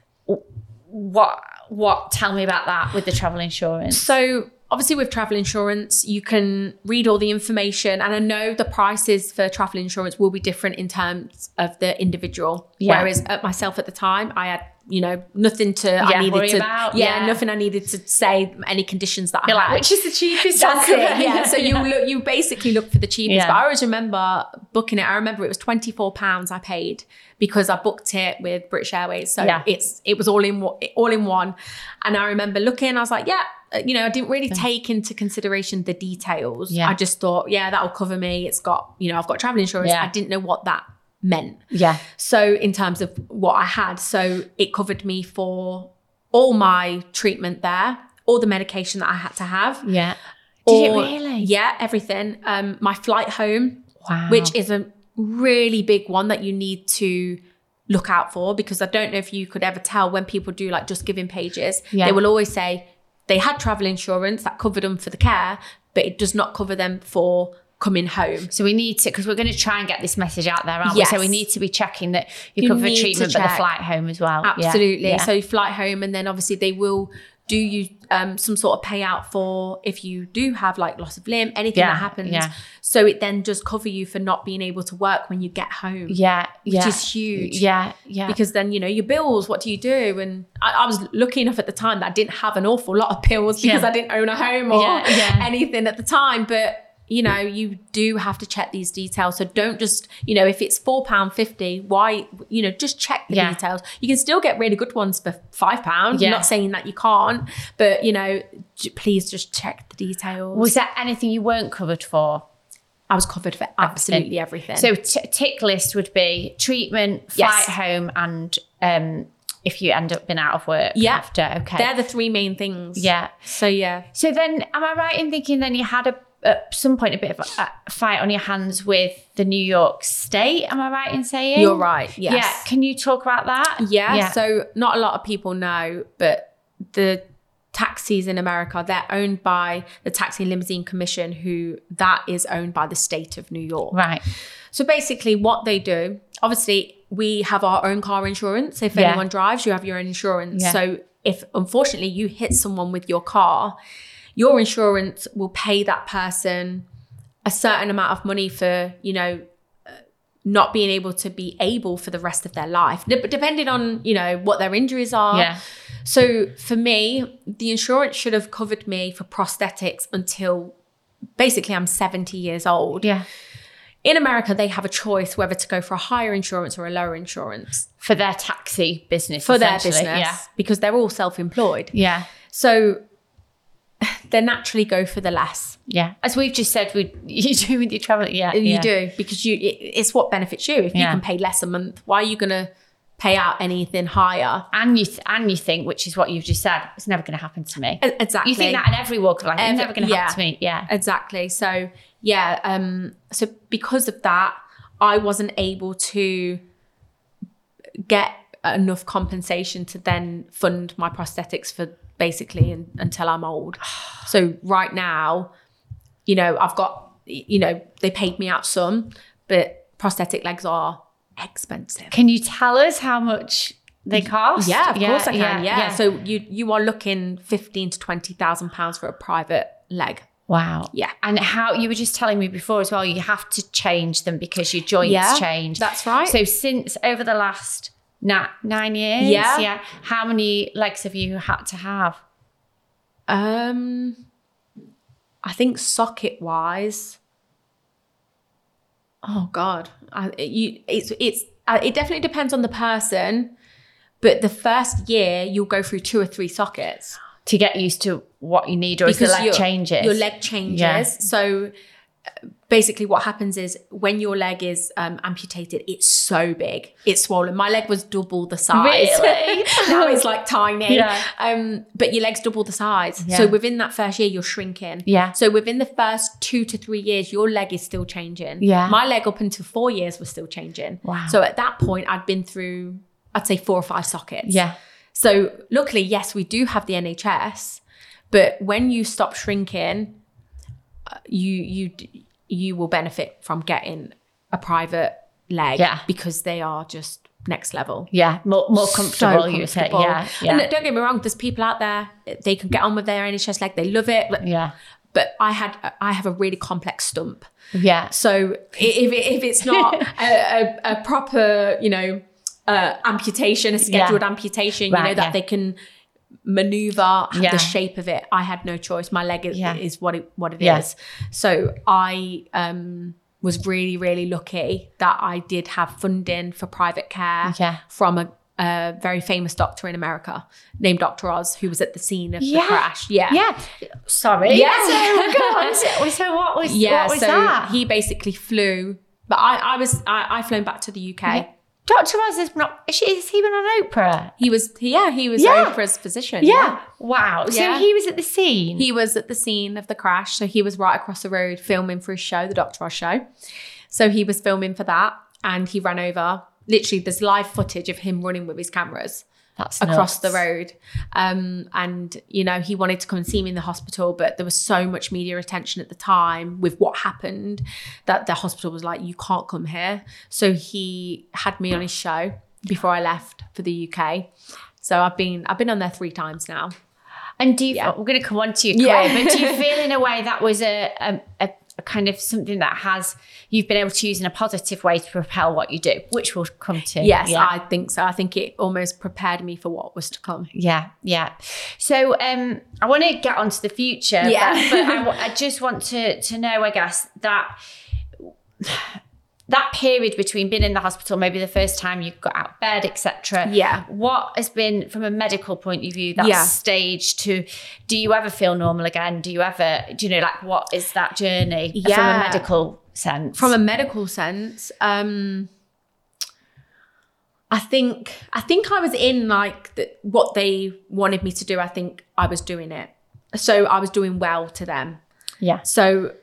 Speaker 1: What what tell me about that with the travel insurance?
Speaker 2: So obviously with travel insurance, you can read all the information and I know the prices for travel insurance will be different in terms of the individual.
Speaker 1: Yeah.
Speaker 2: Whereas at myself at the time, I had you know nothing to I
Speaker 1: Yeah,
Speaker 2: needed
Speaker 1: worry
Speaker 2: to
Speaker 1: about,
Speaker 2: yeah,
Speaker 1: yeah.
Speaker 2: nothing I needed to say any conditions that
Speaker 1: You're
Speaker 2: I
Speaker 1: like,
Speaker 2: had.
Speaker 1: which is the cheapest?
Speaker 2: That's
Speaker 1: one?
Speaker 2: it. Yeah. So you look, you basically look for the cheapest.
Speaker 1: Yeah.
Speaker 2: But I always remember booking it. I remember it was twenty four pounds I paid because I booked it with British Airways. So
Speaker 1: Yeah.
Speaker 2: it's it was all in one- all in one. And I remember looking. I was like, yeah. uh, You know, I didn't really take into consideration the details.
Speaker 1: Yeah.
Speaker 2: I just thought, yeah, that'll cover me. It's got, you know, I've got travel insurance.
Speaker 1: Yeah.
Speaker 2: I didn't know what that meant.
Speaker 1: yeah.
Speaker 2: So in terms of what I had, so it covered me for all my treatment there, all the medication that I had to have.
Speaker 1: Yeah. Did
Speaker 2: Or-
Speaker 1: it really?
Speaker 2: Yeah, everything. Um, my flight home,
Speaker 1: Wow.
Speaker 2: which is a really big one that you need to look out for because I don't know if you could ever tell when people do like just giving pages.
Speaker 1: Yeah.
Speaker 2: They will always say they had travel insurance that covered them for the care, but it does not cover them for coming home.
Speaker 1: So we need to, because we're going to try and get this message out there, aren't we? So we
Speaker 2: Yes.
Speaker 1: need to be checking that you,
Speaker 2: You
Speaker 1: cover
Speaker 2: need to
Speaker 1: treatment, but the
Speaker 2: check.
Speaker 1: flight home as well. Yeah.
Speaker 2: Absolutely.
Speaker 1: Yeah.
Speaker 2: So you flight home, and then obviously they will do you um, some sort of payout for if you do have like loss of limb, anything
Speaker 1: Yeah,
Speaker 2: that happens.
Speaker 1: yeah.
Speaker 2: So it then does cover you for not being able to work when you get home,
Speaker 1: yeah,
Speaker 2: which
Speaker 1: yeah,
Speaker 2: is huge.
Speaker 1: yeah, yeah.
Speaker 2: Because then you know your bills. What do you do? And I, I was lucky enough at the time that I didn't have an awful lot of bills because
Speaker 1: Yeah.
Speaker 2: I didn't own a home or
Speaker 1: Yeah, yeah.
Speaker 2: anything at the time. But you know, you do have to check these details. So don't just you know if it's four pound fifty, why you know just check the
Speaker 1: Yeah.
Speaker 2: details. You can still get really good ones for five pound.
Speaker 1: Yeah.
Speaker 2: Not saying that you can't, but you know, j- please just check the details.
Speaker 1: was there anything you weren't covered for?
Speaker 2: I was covered for absolutely everything.
Speaker 1: So t- tick list would be treatment, flight
Speaker 2: Yes.
Speaker 1: home, and um, if you end up being out of work
Speaker 2: Yeah.
Speaker 1: after. Okay.
Speaker 2: they're the three main things.
Speaker 1: yeah.
Speaker 2: So yeah.
Speaker 1: So then, am I right in thinking then you had a at some point a bit of a a fight on your hands with the New York State? Am I right in saying
Speaker 2: You're right. Yes.
Speaker 1: Yeah. Can you talk about that?
Speaker 2: Yeah, So not a lot of people know, but the taxis in America, they're owned by the Taxi and Limousine Commission, who that is owned by the state of New York.
Speaker 1: right.
Speaker 2: So basically what they do, obviously we have our own car insurance. If
Speaker 1: Yeah.
Speaker 2: anyone drives, you have your own insurance.
Speaker 1: Yeah.
Speaker 2: So if unfortunately you hit someone with your car, your insurance will pay that person a certain amount of money for, you know, uh, not being able to be able for the rest of their life, Dep- depending on, you know, what their injuries are.
Speaker 1: Yeah.
Speaker 2: So for me, the insurance should have covered me for prosthetics until basically I'm 70 years old
Speaker 1: Yeah.
Speaker 2: in America, they have a choice whether to go for a higher insurance or a lower insurance
Speaker 1: For their taxi business.
Speaker 2: for their
Speaker 1: essentially.
Speaker 2: business because they're all self employed.
Speaker 1: Yeah. Yeah.
Speaker 2: So they naturally go for the less.
Speaker 1: Yeah. As we've just said, we you do with your travel. Yeah.
Speaker 2: You
Speaker 1: yeah.
Speaker 2: do because you it, it's what benefits you. If you
Speaker 1: Yeah.
Speaker 2: can pay less a month, why are you going to pay out anything higher?
Speaker 1: And you th- and you think, which is what you've just said, it's never going to happen to me.
Speaker 2: E- Exactly.
Speaker 1: You think that in every walk of life, it's
Speaker 2: Every-
Speaker 1: never going to happen to me. Yeah.
Speaker 2: Exactly. So yeah, um so because of that, I wasn't able to get enough compensation to then fund my prosthetics for basically un until I'm old. so right now, you know, I've got you know, they paid me out some, but prosthetic legs are expensive.
Speaker 1: Can you tell us how much they cost?
Speaker 2: Yeah, of course I can. Yeah. So you you are looking 15 to 20,000 pounds for a private leg.
Speaker 1: Wow.
Speaker 2: Yeah.
Speaker 1: And how you were just telling me before as well, you have to change them because your joints
Speaker 2: Yeah,
Speaker 1: change.
Speaker 2: That's right.
Speaker 1: So since over the last na- nine years,
Speaker 2: Yeah.
Speaker 1: yeah, how many legs have you had to have?
Speaker 2: um, I think socket wise. Oh God, I, it- you it's it's uh, it definitely depends on the person, but the first year you'll go through two or three sockets.
Speaker 1: To get used to what you need, or is the
Speaker 2: Because
Speaker 1: leg
Speaker 2: your-
Speaker 1: changes?
Speaker 2: Your leg changes.
Speaker 1: Yeah.
Speaker 2: So uh, basically, what happens is when your leg is um, amputated, it's so big, it's swollen. My leg was double the size.
Speaker 1: Really?
Speaker 2: now it's like tiny.
Speaker 1: Yeah.
Speaker 2: Um, but your leg's double the size.
Speaker 1: Yeah.
Speaker 2: So within that first year, you're shrinking.
Speaker 1: Yeah.
Speaker 2: So within the first two to three years, your leg is still changing.
Speaker 1: Yeah.
Speaker 2: My leg up until four years was still changing.
Speaker 1: Wow.
Speaker 2: So at that point, I'd been through, I'd say four or five sockets.
Speaker 1: Yeah.
Speaker 2: So luckily, yes, we do have the NHS, but when you stop shrinking, uh, you you d- you will benefit from getting a private leg
Speaker 1: Yeah.
Speaker 2: because they are just next level.
Speaker 1: Yeah. More, more
Speaker 2: So
Speaker 1: comfortable, you say.
Speaker 2: comfortable.
Speaker 1: Yeah. Yeah.
Speaker 2: And look, don't get me wrong, there's people out there, they can get on with their NHS leg, they love it. But,
Speaker 1: yeah.
Speaker 2: but I had I have a really complex stump.
Speaker 1: Yeah.
Speaker 2: So i- if, it- if it's not a, a, a proper, you know, uh, amputation, a scheduled amputation, you
Speaker 1: Right,
Speaker 2: know, that
Speaker 1: yeah.
Speaker 2: they can maneuver
Speaker 1: Yeah.
Speaker 2: the shape of it. I had no choice. My leg is,
Speaker 1: Yeah.
Speaker 2: is what it, what it is.
Speaker 1: Yeah.
Speaker 2: So I um, was really, really lucky that I did have funding for private care
Speaker 1: Yeah.
Speaker 2: from a, a very famous doctor in America named Dr. Oz, who was at the scene of
Speaker 1: Yeah.
Speaker 2: the crash.
Speaker 1: Yeah. Sorry.
Speaker 2: Yeah.
Speaker 1: So, go on. So, so what was,
Speaker 2: Yeah,
Speaker 1: what was
Speaker 2: so
Speaker 1: that?
Speaker 2: he basically flew, but I, I was I, I flown back to the UK.
Speaker 1: Dr. Oz is not, is, she, is he been on Oprah?
Speaker 2: He was yeah, he was
Speaker 1: Yeah.
Speaker 2: Oprah's physician.
Speaker 1: Yeah. Wow.
Speaker 2: Yeah.
Speaker 1: So he was at the scene.
Speaker 2: He was at the scene of the crash, so he was right across the road filming for his show, the Doctor Oz show. So he was filming for that, and he ran over. Literally, there's live footage of him running with his cameras
Speaker 1: That's
Speaker 2: across the
Speaker 1: nuts.
Speaker 2: road. Um, and you know, he wanted to come and see me in the hospital, but there was so much media attention at the time with what happened that the hospital was like, "You can't come here." So he had me on his show before I left for the UK. So I've been I've been on there three times now.
Speaker 1: And do you,
Speaker 2: Yeah.
Speaker 1: we're going to come on to your career,
Speaker 2: Yeah.
Speaker 1: but do you feel in a way that was a, a, a, a kind of something that has, you've been able to use in a positive way to propel what you do, which we'll come to.
Speaker 2: Yes,
Speaker 1: Yeah.
Speaker 2: I think so. I think it almost prepared me for what was to come.
Speaker 1: yeah, yeah. So um, I want to get on to the future,
Speaker 2: Yeah.
Speaker 1: but, but I, w- I just want to, to know, I guess, that that period between being in the hospital, maybe the first time you got out of bed, etc.
Speaker 2: Yeah.
Speaker 1: What has been, from a medical point of view, that
Speaker 2: Yeah.
Speaker 1: stage to do you ever feel normal again? Do you ever, do you know, like what is that journey from a
Speaker 2: Yeah.
Speaker 1: medical sense?
Speaker 2: From a medical sense, um, I think I think I was in like the, what they wanted me to do. I think I was doing it, so I was doing well to them.
Speaker 1: yeah.
Speaker 2: So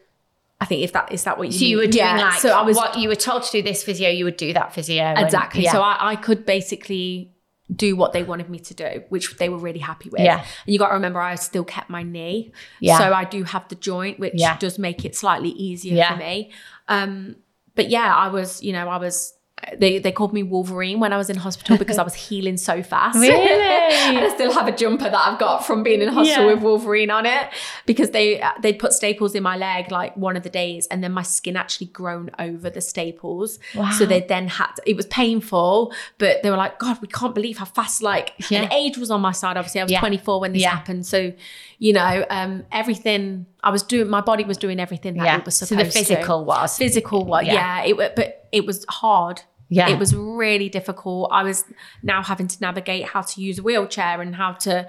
Speaker 2: I think if that is that what you
Speaker 1: So you were
Speaker 2: mean?
Speaker 1: doing
Speaker 2: Yeah.
Speaker 1: like
Speaker 2: so I was
Speaker 1: what you were told to do this physio, you would do that physio. and-
Speaker 2: exactly.
Speaker 1: yeah.
Speaker 2: So I, I could basically do what they wanted me to do, which they were really happy with.
Speaker 1: Yeah.
Speaker 2: And you got to remember, I still kept my knee.
Speaker 1: Yeah.
Speaker 2: So I do have the joint, which
Speaker 1: Yeah.
Speaker 2: does make it slightly easier
Speaker 1: Yeah.
Speaker 2: for me. Um, but yeah, I was, you know, I was. They, they called me Wolverine when I was in hospital because I was healing so fast.
Speaker 1: Really?
Speaker 2: And I still have a jumper that I've got from being in hospital
Speaker 1: Yeah.
Speaker 2: with Wolverine on it because they they'd put staples in my leg like one of the days, and then my skin actually grown over the staples.
Speaker 1: Wow.
Speaker 2: So they then had to- it was painful, but they were like, God, we can't believe how fast like
Speaker 1: Yeah.
Speaker 2: and age was on my side. Obviously, I was
Speaker 1: Yeah.
Speaker 2: 24 when this
Speaker 1: Yeah.
Speaker 2: happened, so you know um, everything I was doing, my body was doing everything that
Speaker 1: yeah.
Speaker 2: it was
Speaker 1: So
Speaker 2: supposed
Speaker 1: the
Speaker 2: to.
Speaker 1: physical was.
Speaker 2: Physical, what?
Speaker 1: Yeah.
Speaker 2: Yeah. it wa- but it was hard.
Speaker 1: Yeah.
Speaker 2: It was really difficult. I was now having to navigate how to use a wheelchair and how to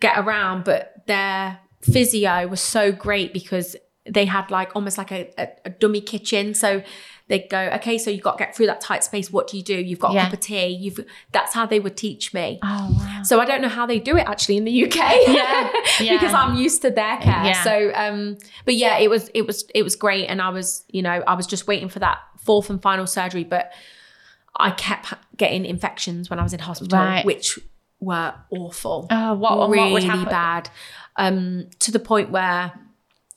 Speaker 2: get around, but their physio was so great because they had like almost like a, a, a dummy kitchen. So they'd go, okay, so you've got to get through that tight space. What do you do? You've got
Speaker 1: Yeah.
Speaker 2: a cup of tea. You've that's how they would teach me.
Speaker 1: Oh wow.
Speaker 2: So I don't know how they do it actually in the UK.
Speaker 1: Yeah, yeah.
Speaker 2: because I'm used to their care.
Speaker 1: Yeah.
Speaker 2: So um but yeah, it was it was it was great and I was, you know, I was just waiting for that fourth and final surgery, but I kept ha- getting infections when I was in hospital,
Speaker 1: Right.
Speaker 2: which were awful.
Speaker 1: Oh, what,
Speaker 2: really
Speaker 1: what would happen?
Speaker 2: bad. Um to the point where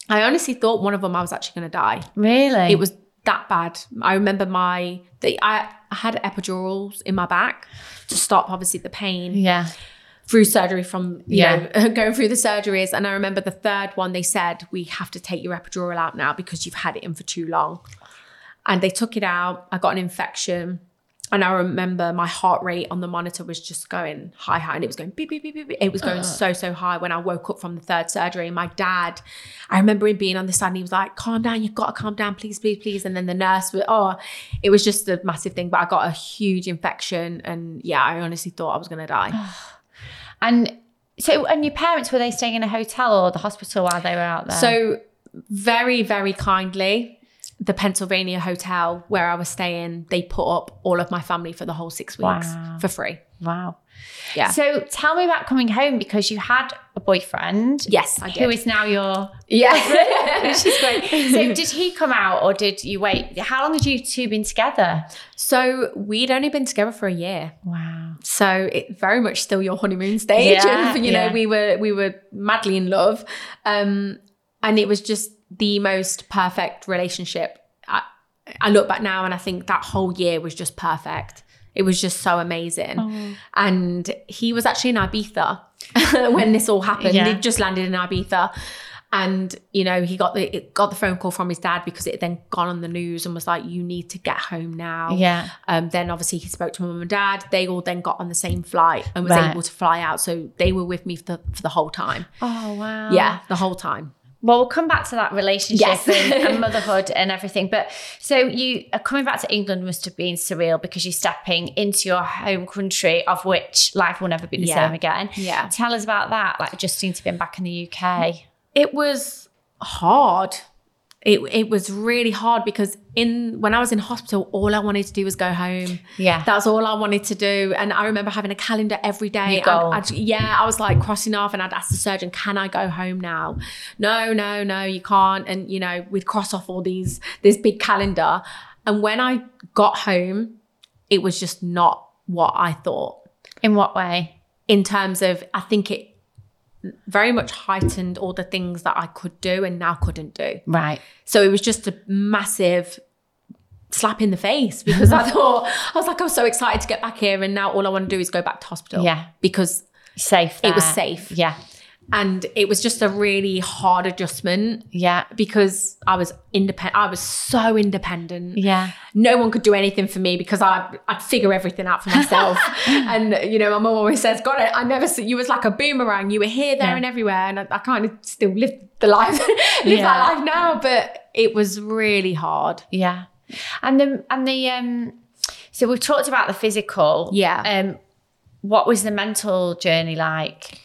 Speaker 2: I honestly thought one of them I was actually going to die.
Speaker 1: Really?
Speaker 2: It was that bad. I remember my the, I I had epidurals in my back to stop obviously the pain
Speaker 1: Yeah.
Speaker 2: through surgery from you
Speaker 1: Yeah.
Speaker 2: know, going through the surgeries. And I remember the third one, they said, We have to take your epidural out now because you've had it in for too long. And they took it out. I got an infection. And I remember my heart rate on the monitor was just going high, high, and it was going beep, beep, beep, beep. beep. It was going so, so high when I woke up from the third surgery. And my dad, I remember him being on the side and he was like, calm down, you've got to calm down, please, please, please. And then the nurse was, oh, it was just a massive thing. But I got a huge infection. And yeah, I honestly thought I was going to die.
Speaker 1: And so, and your parents were they staying in a hotel or the hospital while they were out there?
Speaker 2: So very, very kindly, the Pennsylvania hotel where I was staying, they put up all of my family for the whole six weeks
Speaker 1: Wow.
Speaker 2: for free.
Speaker 1: wow.
Speaker 2: Yeah.
Speaker 1: So tell me about coming home because you had a boyfriend.
Speaker 2: Yes, I
Speaker 1: Who
Speaker 2: did.
Speaker 1: is now your?
Speaker 2: yeah,
Speaker 1: Which is great. So did he come out or did you wait? How long had you two been together?
Speaker 2: So we'd only been together for a year,
Speaker 1: Wow.
Speaker 2: so it very much still your honeymoon stage.
Speaker 1: Yeah,
Speaker 2: and, you
Speaker 1: yeah.
Speaker 2: know, we were we were madly in love, um, and it was just the most perfect relationship. I, I look back now and I think that whole year was just perfect. It was just so amazing.
Speaker 1: Oh,
Speaker 2: and he was actually in Ibiza when this all happened.
Speaker 1: Yeah.
Speaker 2: He just landed in Ibiza, and you know he got the it got the phone call from his dad because it had then gone on the news and was like, "You need to get home now."
Speaker 1: Yeah.
Speaker 2: Um, then obviously he spoke to my mum and dad. They all then got on the same flight and was
Speaker 1: Right.
Speaker 2: able to fly out, so they were with me for the, for the whole time.
Speaker 1: Oh wow.
Speaker 2: Yeah, the whole time.
Speaker 1: Well, we'll come back to that relationship
Speaker 2: Yes.
Speaker 1: and, and motherhood and everything. But so you uh, coming back to England must have been surreal because you're stepping into your home country, of which life will never be the
Speaker 2: Yeah.
Speaker 1: same again.
Speaker 2: Yeah.
Speaker 1: Tell us about that. Like Justine to been back in the UK.
Speaker 2: it was hard. It it was really hard because in when I was in hospital, all I wanted to do was go home.
Speaker 1: Yeah.
Speaker 2: that's all I wanted to do. And I remember having a calendar every day.
Speaker 1: Your goal.
Speaker 2: I'd- I'd- yeah, I was like crossing off, and I'd ask the surgeon, "Can I go home now?" No, no, no, you can't. And you know, we'd cross off all these this big calendar. And when I got home, it was just not what I thought
Speaker 1: In what way?
Speaker 2: in terms of I think it very much heightened all the things that I could do and now couldn't do.
Speaker 1: Right.
Speaker 2: So it was just a massive slap in the face because I thought I was like I was so excited to get back here and now all I want to do is go back to hospital.
Speaker 1: Yeah.
Speaker 2: Because
Speaker 1: Safe.
Speaker 2: it was
Speaker 1: there.
Speaker 2: safe.
Speaker 1: Yeah.
Speaker 2: And it was just a really hard adjustment
Speaker 1: Yeah.
Speaker 2: because I was independent I was so independent
Speaker 1: Yeah.
Speaker 2: no one could do anything for me because I I'd figure everything out for myself. and you know, my mum always says, "God, I, I never see you was like a boomerang. You were here, there,
Speaker 1: Yeah.
Speaker 2: and everywhere." And I, I kind of still live the life, live
Speaker 1: Yeah.
Speaker 2: that life now, but it was really hard.
Speaker 1: Yeah. And the and the um so we've talked about the physical.
Speaker 2: Yeah.
Speaker 1: Um what was the mental journey like?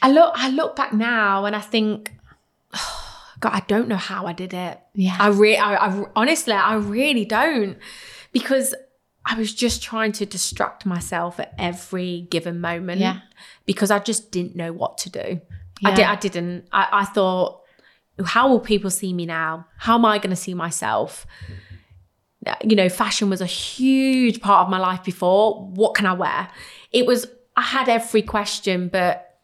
Speaker 2: I look I look back now and I think, God, I don't know how I did it.
Speaker 1: Yeah.
Speaker 2: I re I, I honestly I really don't because I was just trying to distract myself at every given moment
Speaker 1: Yeah.
Speaker 2: because I just didn't know what to do.
Speaker 1: Yeah.
Speaker 2: I did I didn't. I, I thought, how will people see me now? How am I gonna see myself? You know, fashion was a huge part of my life before. What can I wear? It was I had every question, but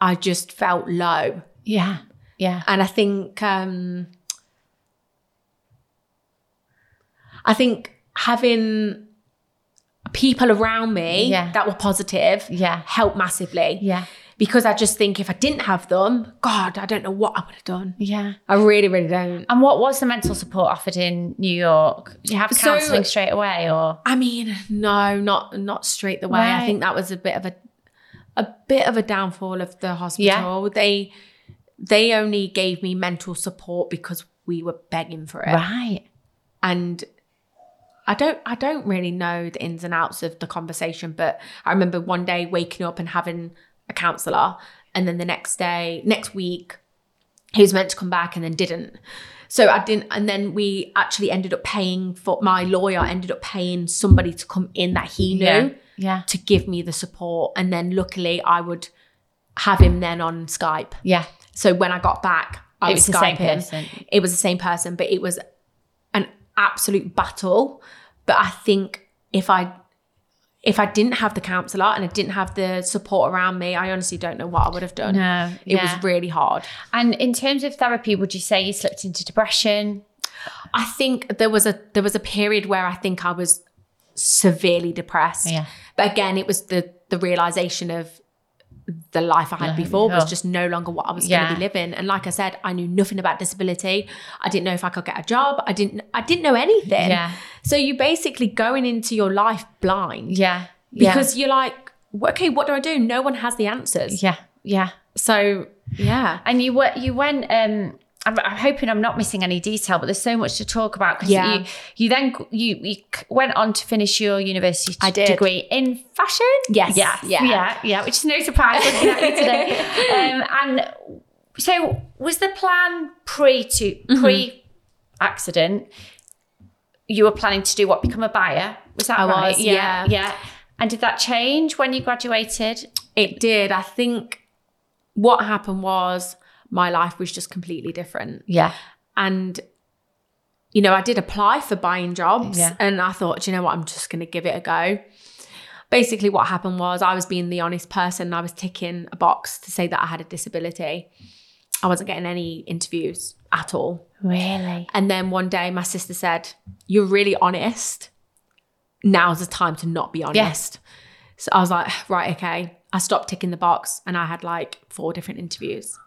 Speaker 2: I just felt low.
Speaker 1: Yeah. Yeah.
Speaker 2: And I think um I think having people around me
Speaker 1: Yeah.
Speaker 2: that were positive
Speaker 1: Yeah.
Speaker 2: helped massively.
Speaker 1: Yeah.
Speaker 2: Because I just think if I didn't have them, God, I don't know what I would have done.
Speaker 1: Yeah.
Speaker 2: I really, really don't.
Speaker 1: And what was the mental support offered in New York? Did you have
Speaker 2: So-
Speaker 1: counselling straight away or
Speaker 2: I mean, no, not not straight the way.
Speaker 1: Right.
Speaker 2: I think that was a bit of a a bit of a downfall of the hospital. They they only gave me mental support because we were begging for it.
Speaker 1: Right.
Speaker 2: and I don't I don't really know the ins and outs of the conversation, but I remember one day waking up and having a counselor, and then the next day, next week, he was meant to come back and then didn't. So I didn't, and then we actually ended up paying for my lawyer ended up paying somebody to come in that he knew
Speaker 1: Yeah. Yeah.
Speaker 2: to give me the support, and then luckily I would have him then on Skype.
Speaker 1: Yeah.
Speaker 2: So when I got back, I
Speaker 1: It was
Speaker 2: was,
Speaker 1: the same
Speaker 2: Skyping.
Speaker 1: person.
Speaker 2: It was the same person, but it was an absolute battle. But I think if I if I didn't have the counsellor and I didn't have the support around me, I honestly don't know what I would have done.
Speaker 1: No.
Speaker 2: It
Speaker 1: yeah.
Speaker 2: was really hard.
Speaker 1: And in terms of therapy, would you say you slipped into depression?
Speaker 2: I think there was a there was a period where I think I was severely depressed.
Speaker 1: Yeah.
Speaker 2: But again, it was the the realization of the life I had
Speaker 1: Yeah,
Speaker 2: before was
Speaker 1: yeah.
Speaker 2: just no longer what I was
Speaker 1: Oh. Yeah.
Speaker 2: going to be living. And like I said, I knew nothing about disability. I didn't know if I could get a job. I didn't. I didn't know anything.
Speaker 1: Yeah.
Speaker 2: So you basically going into your life blind
Speaker 1: Yeah.
Speaker 2: because you're like, okay, what do I do? No one has the answers.
Speaker 1: yeah. Yeah.
Speaker 2: So yeah,
Speaker 1: And you were you went. Um, I'm, I'm hoping I'm not missing any detail, but there's so much to talk about. 'cause
Speaker 2: Yeah.
Speaker 1: You, you then g- you, you c- went on to finish your university
Speaker 2: I did.
Speaker 1: degree in fashion.
Speaker 2: Yes,
Speaker 1: Yeah.
Speaker 2: yeah.
Speaker 1: Yeah. Yeah. Which is no surprise looking at you today. Um, and so was the plan pre to
Speaker 2: Mm-hmm.
Speaker 1: pre accident? You were planning to do what? Become a buyer? Was that
Speaker 2: I
Speaker 1: right?
Speaker 2: was,
Speaker 1: yeah.
Speaker 2: yeah.
Speaker 1: And did that change when you graduated?
Speaker 2: it did. I think what happened was my life was just completely different.
Speaker 1: Yeah.
Speaker 2: and you know i did apply for buying jobs
Speaker 1: Yeah.
Speaker 2: and i thought "Do you know what i'm just going to give it a go basically what happened was i was being the honest person and i was ticking a box to say that i had a disability i wasn't getting any interviews at all
Speaker 1: Really?
Speaker 2: and then one day my sister said you're really honest now's the time to not be honest so i was like right okay i stopped ticking the box and i had like four different interviews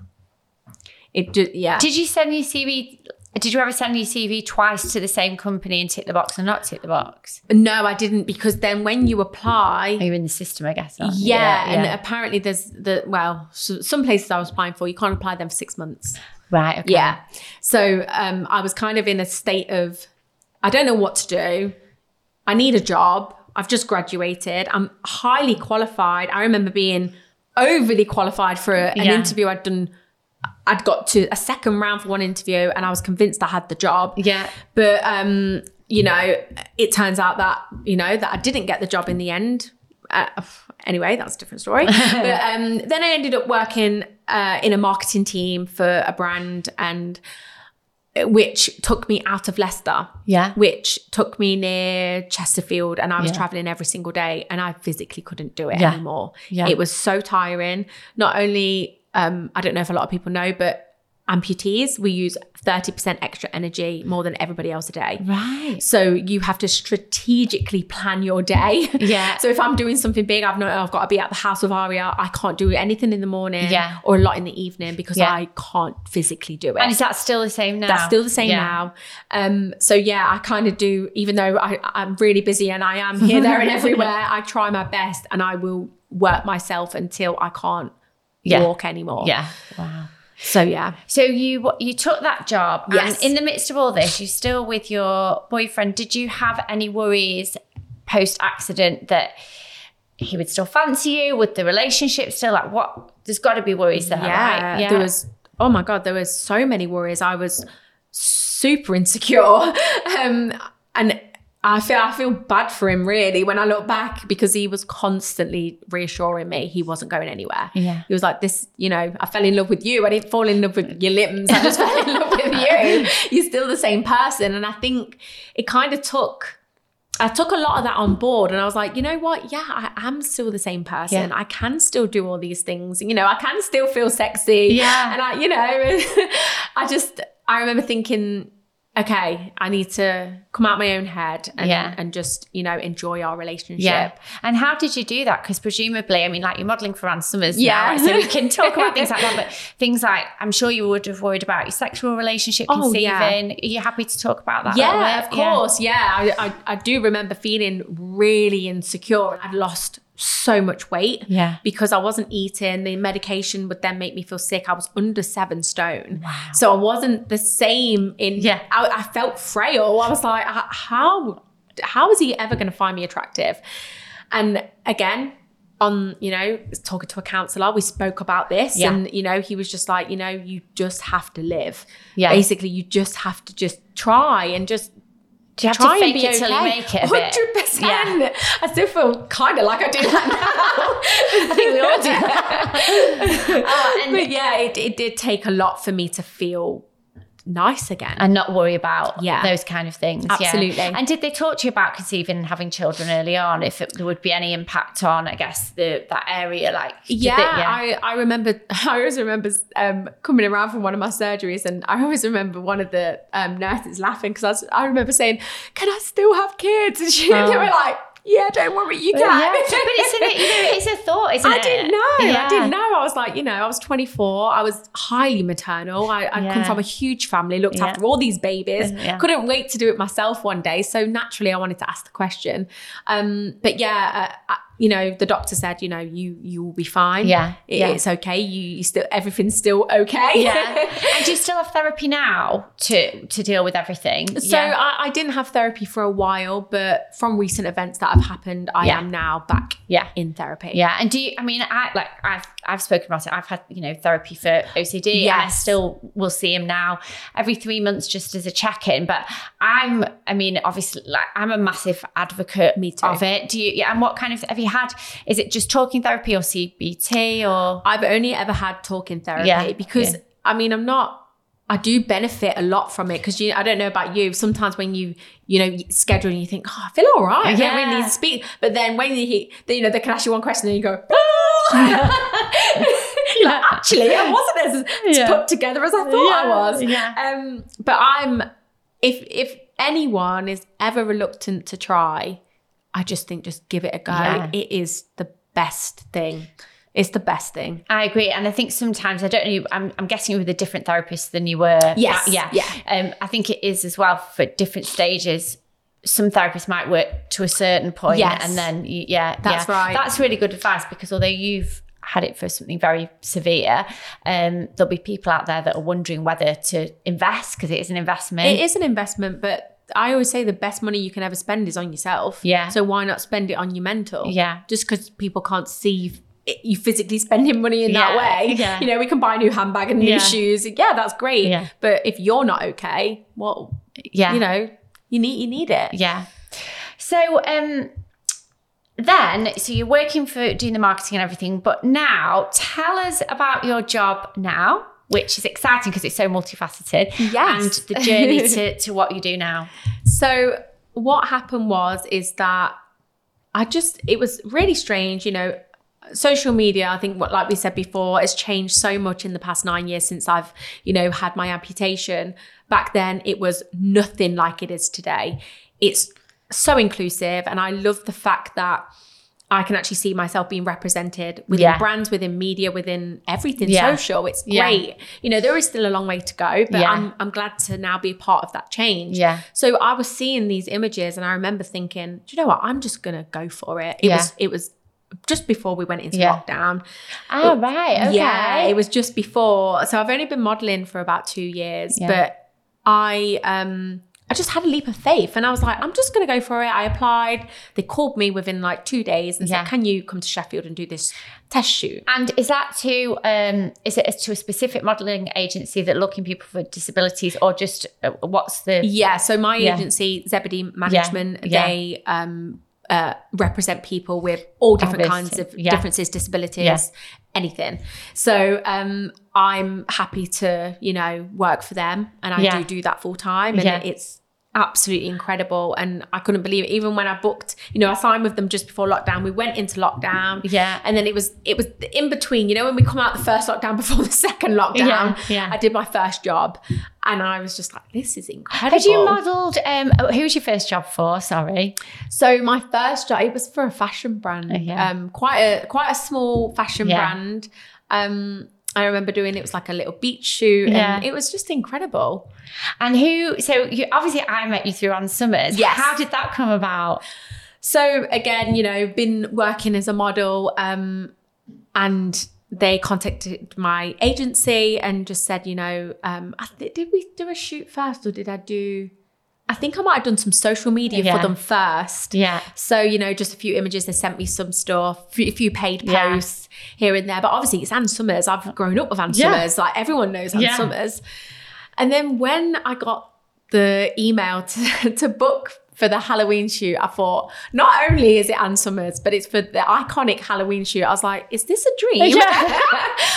Speaker 2: it just yeah
Speaker 1: Did you send your CV? Did you ever send your CV twice to the same company and tick the box and not tick the box?
Speaker 2: No, I didn't because then when you
Speaker 1: Are
Speaker 2: apply,
Speaker 1: you in the system, I guess?
Speaker 2: yeah,
Speaker 1: aren't you?
Speaker 2: and
Speaker 1: uh,
Speaker 2: apparently there's the well, so some places I was applying for, you can't apply them for six months.
Speaker 1: right. Okay.
Speaker 2: Yeah, so um, I was kind of in a state of I don't know what to do. I need a job. I've just graduated. I'm highly qualified. I remember being overly qualified for a- an
Speaker 1: Yeah.
Speaker 2: interview I'd done. I'd got to a second round for one interview, and I was convinced I had the job.
Speaker 1: Yeah.
Speaker 2: But um, you know, it turns out that you know that I didn't get the job in the end. Uh, anyway, that's a different story. but um, then I ended up working uh, in a marketing team for a brand, and which took me out of Leicester,
Speaker 1: Yeah.
Speaker 2: which took me near Chesterfield, and I was
Speaker 1: Yeah.
Speaker 2: traveling every single day, and I physically couldn't do it
Speaker 1: Yeah.
Speaker 2: anymore.
Speaker 1: Yeah.
Speaker 2: It was so tiring. Not only, um, I don't know if a lot of people know, but amputees we use 30% extra energy more than everybody else a day.
Speaker 1: Right.
Speaker 2: So you have to strategically plan your day.
Speaker 1: Yeah.
Speaker 2: So if I'm doing something big, I've not I've got to be at the house with Aria. I can't do anything in the morning
Speaker 1: Yeah.
Speaker 2: or a lot in the evening because
Speaker 1: Yeah.
Speaker 2: I can't physically do it.
Speaker 1: And is that still the same now?
Speaker 2: That's still the same
Speaker 1: Yeah.
Speaker 2: now. Um, so yeah, I kind of do, even though I, I'm really busy and I am here, there, and everywhere. I try my best, and I will work myself until I can't
Speaker 1: Yeah.
Speaker 2: walk anymore.
Speaker 1: Yeah. Wow.
Speaker 2: So yeah,
Speaker 1: So you you took that job, and
Speaker 2: Yes.
Speaker 1: in the midst of all this, you're still with your boyfriend. Did you have any worries post accident that he would still fancy you? Would the relationship still like what? There's got to be worries there,
Speaker 2: yeah,
Speaker 1: right?
Speaker 2: There was oh my god, there was so many worries. I was super insecure, um, and I feel I feel bad for him really when I look back because he was constantly reassuring me he wasn't going anywhere.
Speaker 1: Yeah.
Speaker 2: He was like, This, you know, I fell in love with you. I didn't fall in love with your limbs. I just fell in love with you. You're still the same person. And I think it kind of took, I took a lot of that on board. And I was like, You know what? Yeah, I am still the same person.
Speaker 1: Yeah.
Speaker 2: I can still do all these things. You know, I can still feel sexy.
Speaker 1: Yeah.
Speaker 2: And I, you know, I just, I remember thinking, Okay, I need to come out my own head and,
Speaker 1: Yeah.
Speaker 2: and just, you know, enjoy our relationship.
Speaker 1: Yeah. And how did you do that? Because presumably, I mean, like you're modeling for Anne Summers yeah.
Speaker 2: Yeah.
Speaker 1: now, right? so we can talk about things like that. But things like, I'm sure you would have worried about your sexual relationship
Speaker 2: Oh,
Speaker 1: conceiving.
Speaker 2: yeah.
Speaker 1: Are you happy to talk about that? a little
Speaker 2: Yeah, of
Speaker 1: bit? Yeah.
Speaker 2: course. Yeah, I, I, I do remember feeling really insecure. I'd lost so much weight.
Speaker 1: Yeah.
Speaker 2: Because I wasn't eating. The medication would then make me feel sick. I was under seven stone. Wow. So I wasn't the same in.
Speaker 1: Yeah.
Speaker 2: I, I felt frail. I was like, "H- how how is he ever going to find me attractive? And again, on you know talking to a counselor, we spoke about this,
Speaker 1: Yeah.
Speaker 2: and you know he was just like, you know, you just have to live.
Speaker 1: Yeah.
Speaker 2: Basically, you just have to just try and just
Speaker 1: Do you have
Speaker 2: try
Speaker 1: to fake
Speaker 2: and be
Speaker 1: it
Speaker 2: okay.
Speaker 1: till you make it? A bit?
Speaker 2: Hundred percent. I still feel kind of like I do that now. I think we all do
Speaker 1: Oh, and,
Speaker 2: But yeah, it, it did take a lot for me to feel nice again.
Speaker 1: and not worry about
Speaker 2: Yeah.
Speaker 1: those kind of things. yeah.
Speaker 2: Absolutely.
Speaker 1: And did they talk to you about conceiving and having children early on? If it, there would be any impact on, I guess, the that area? Like, did they-
Speaker 2: yeah, I, I remember. I always remember um, coming around from one of my surgeries, and I always remember one of the um, nurses laughing because I, was- I remember saying, "Can I still have kids?" And she, they
Speaker 1: Oh.
Speaker 2: were like, yeah, don't worry, you
Speaker 1: But
Speaker 2: can.
Speaker 1: yeah, but it's, an, you know, it's a thought, isn't
Speaker 2: I
Speaker 1: it?
Speaker 2: didn't know.
Speaker 1: Yeah.
Speaker 2: I didn't know. I was like, you know, I was 24. I was highly maternal. I, I
Speaker 1: Yeah.
Speaker 2: come from a huge family, looked
Speaker 1: Yeah.
Speaker 2: after all these babies.
Speaker 1: Mhm, yeah.
Speaker 2: Couldn't wait to do it myself one day. So naturally, I wanted to ask the question. Um, but yeah, uh, I, you know, the doctor said, you know, you you will be fine.
Speaker 1: Yeah,
Speaker 2: It-
Speaker 1: yeah.
Speaker 2: it's okay. You, you still everything's still okay.
Speaker 1: Yeah. and do you still have therapy now to to deal with everything?
Speaker 2: So
Speaker 1: yeah.
Speaker 2: I, I didn't have therapy for a while, but from recent events that have happened, I
Speaker 1: Yeah.
Speaker 2: am now back
Speaker 1: yeah.
Speaker 2: in therapy.
Speaker 1: Yeah, and do you? I mean, I like I've I've spoken about it. I've had you know therapy for OCD, and I
Speaker 2: Yes.
Speaker 1: still will see him now every three months just as a check in. But I'm, I mean, obviously, like I'm a massive advocate
Speaker 2: Me too.
Speaker 1: of it. Do you? Yeah, and what kind of have you had? Is it just talking therapy or CBT or?
Speaker 2: I've only ever had talking therapy
Speaker 1: Yeah,
Speaker 2: because
Speaker 1: yeah.
Speaker 2: I mean I'm not I do benefit a lot from it because you I don't know about you sometimes when you you know you schedule and you think oh I feel all right yeah.
Speaker 1: Yeah.
Speaker 2: we need to speak but then when you hear- then, you know they can ask you one question and you go "Ah!" You're like, actually I wasn't as
Speaker 1: Yeah.
Speaker 2: put together as I thought I was
Speaker 1: Yeah.
Speaker 2: um, but I'm if if anyone is ever reluctant to try, I just think just give it a go.
Speaker 1: Yeah.
Speaker 2: It is the best thing. It's the best thing.
Speaker 1: I agree, and I think sometimes I don't know. I'm, I'm guessing you with a different therapist than you were.
Speaker 2: Yes,
Speaker 1: yeah,
Speaker 2: yeah.
Speaker 1: Um, I think it is as well for different stages. Some therapists might work to a certain point,
Speaker 2: Yes.
Speaker 1: and then you, yeah,
Speaker 2: That's
Speaker 1: yeah.
Speaker 2: right.
Speaker 1: That's really good advice because although you've had it for something very severe, um, there'll be people out there that are wondering whether to invest because it is an investment.
Speaker 2: It is an investment, but I always say the best money you can ever spend is on yourself.
Speaker 1: Yeah.
Speaker 2: So why not spend it on your mental?
Speaker 1: Yeah.
Speaker 2: Just because people can't see you, you physically spending money in
Speaker 1: Yeah,
Speaker 2: that way.
Speaker 1: yeah.
Speaker 2: You know, we can buy a new handbag and new
Speaker 1: Yeah.
Speaker 2: shoes. Yeah, that's great.
Speaker 1: Yeah.
Speaker 2: But if you're not okay, well,
Speaker 1: yeah,
Speaker 2: you know, you need you need it.
Speaker 1: Yeah. So um then so you're working for doing the marketing and everything, but now tell us about your job now, which is exciting because it's so multifaceted.
Speaker 2: Yes.
Speaker 1: And the journey to, to what you do now.
Speaker 2: So what happened was is that I just it was really strange, you know. Social media, I think, what like we said before, has changed so much in the past nine years since I've, you know, had my amputation. Back then, it was nothing like it is today. It's so inclusive, and I love the fact that I can actually see myself being represented within
Speaker 1: Yeah.
Speaker 2: brands, within media, within everything
Speaker 1: Yeah.
Speaker 2: social. It's
Speaker 1: Yeah.
Speaker 2: great. You know, there is still a long way to go, but
Speaker 1: Yeah.
Speaker 2: I'm, I'm glad to now be a part of that change.
Speaker 1: Yeah.
Speaker 2: So I was seeing these images and I remember thinking, do you know what? I'm just gonna go for it. It
Speaker 1: Yeah.
Speaker 2: was it was just before we went into
Speaker 1: Yeah.
Speaker 2: lockdown.
Speaker 1: Oh right, okay.
Speaker 2: Yeah, it was just before. So I've only been modeling for about two years,
Speaker 1: Yeah.
Speaker 2: but I um I just had a leap of faith and I was like, I'm just gonna go for it. I applied. They called me within like two days and
Speaker 1: Yeah.
Speaker 2: said, Can you come to Sheffield and do this test shoot?
Speaker 1: and is that to um is it to a specific modelling agency that looking people for disabilities or just uh, what's the
Speaker 2: Yeah. So my
Speaker 1: Yeah.
Speaker 2: agency, Zebedee Management,
Speaker 1: yeah.
Speaker 2: they um, uh, represent people with all different
Speaker 1: Disability,
Speaker 2: kinds of
Speaker 1: yeah.
Speaker 2: differences, disabilities,
Speaker 1: Yeah.
Speaker 2: anything. So um, I'm happy to, you know, work for them, and I
Speaker 1: Yeah.
Speaker 2: do do that full time, and
Speaker 1: Yeah.
Speaker 2: it's absolutely incredible and i couldn't believe it even when i booked you know i signed with them just before lockdown we went into lockdown
Speaker 1: Yeah.
Speaker 2: and then it was it was the in between you know when we come out the first lockdown before the second lockdown
Speaker 1: yeah.
Speaker 2: i did my first job and i was just like this is incredible
Speaker 1: had you modelled um who was your first job for? Sorry.
Speaker 2: so my first job it was for a fashion brand
Speaker 1: Oh, yeah.
Speaker 2: um quite a quite a small fashion
Speaker 1: Yeah.
Speaker 2: brand um I remember doing it was like a little beach shoot
Speaker 1: Yeah.
Speaker 2: and it was just incredible.
Speaker 1: And who? So you obviously I met you through Anne Summers.
Speaker 2: Yes.
Speaker 1: How did that come about?
Speaker 2: So again, you know, been working as a model um and they contacted my agency and just said, you know, um I th- did we do a shoot first or did I do I think I might have done some social media
Speaker 1: Yeah.
Speaker 2: for them first.
Speaker 1: Yeah.
Speaker 2: So, you know, just a few images. They sent me some stuff, a few paid
Speaker 1: Yeah.
Speaker 2: posts here and there. But obviously, it's Anne Summers. I've grown up with Anne
Speaker 1: Yeah.
Speaker 2: Summers. Like, everyone knows Anne
Speaker 1: Yeah.
Speaker 2: Summers. And then when I got the email to, to book for the Halloween shoot, I thought, not only is it Anne Summers, but it's for the iconic Halloween shoot. I was like, is this a dream?
Speaker 1: Yeah.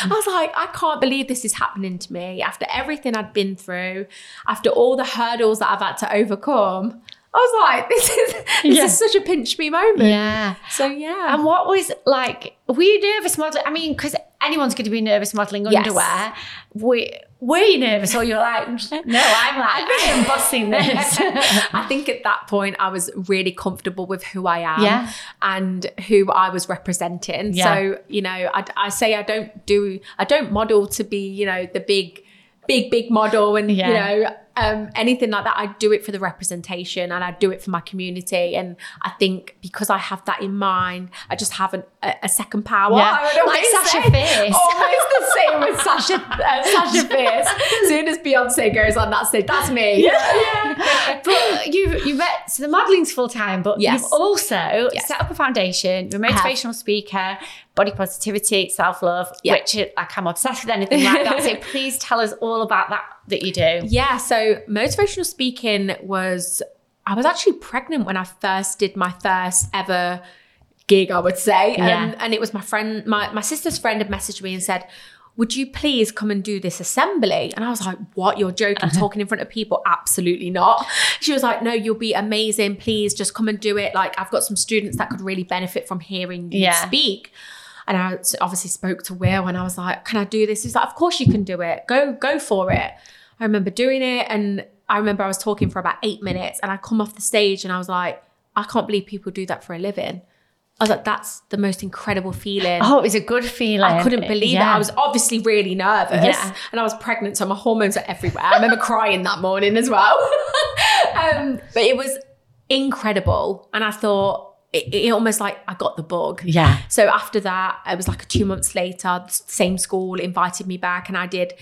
Speaker 2: I was like, I can't believe this is happening to me after everything I'd been through, after all the hurdles that I've had to overcome. was like, this is this
Speaker 1: Yeah.
Speaker 2: is such a pinch me moment.
Speaker 1: Yeah.
Speaker 2: So yeah.
Speaker 1: And what was like, were you nervous modeling? I mean, because anyone's going to be nervous modeling
Speaker 2: Yes.
Speaker 1: underwear. Were, were you nervous or you're like, no, I'm like, I am bossing this.
Speaker 2: I think at that point I was really comfortable with who I am
Speaker 1: Yeah.
Speaker 2: and who I was representing.
Speaker 1: Yeah.
Speaker 2: So you know, I, I say I don't do I don't model to be you know the big, big big model and
Speaker 1: Yeah.
Speaker 2: you know um, anything like that. I do it for the representation and I do it for my community. And I think because I have that in mind, I just have an, a, a second power.
Speaker 1: Yeah.
Speaker 2: I don't know
Speaker 1: Like
Speaker 2: what to
Speaker 1: Sasha
Speaker 2: say.
Speaker 1: Fierce.
Speaker 2: Almost the same with Sasha uh, Sasha Fierce. As soon as Beyonce goes on that stage, that's me.
Speaker 1: but you you met so the modeling's full time, but
Speaker 2: Yes.
Speaker 1: you've also
Speaker 2: Yes.
Speaker 1: set up a foundation. You're a
Speaker 2: I have.
Speaker 1: motivational speaker, body positivity, self love.
Speaker 2: Yeah.
Speaker 1: Which like I'm obsessed with anything like that. So please tell us all about that that you do.
Speaker 2: Yeah, so motivational speaking was I was actually pregnant when I first did my first ever gig, I would say. Um,
Speaker 1: Yeah.
Speaker 2: and it was my friend, my, my sister's friend had messaged me and said, would you please come and do this assembly? And I was like, what? You're joking,
Speaker 1: Uh-huh.
Speaker 2: talking in front of people? Absolutely not. She was like, no, you'll be amazing. Please just come and do it. Like, I've got some students that could really benefit from hearing you
Speaker 1: Yeah.
Speaker 2: speak. And I s- obviously spoke to Will and I was like, can I do this? He's like, of course you can do it. Go, go for it. I remember doing it and I remember I was talking for about eight minutes and I come off the stage and I was like, I can't believe people do that for a living. I was like, that's the most incredible feeling.
Speaker 1: Oh, it was a good feeling.
Speaker 2: I couldn't believe it.
Speaker 1: Yeah.
Speaker 2: I was obviously really nervous.
Speaker 1: Yeah.
Speaker 2: And I was pregnant, so my hormones are everywhere. I remember crying that morning as well. um, but it was incredible. And I thought, it, it almost like I got the bug.
Speaker 1: Yeah.
Speaker 2: So after that, it was like two months later, the same school invited me back, and I did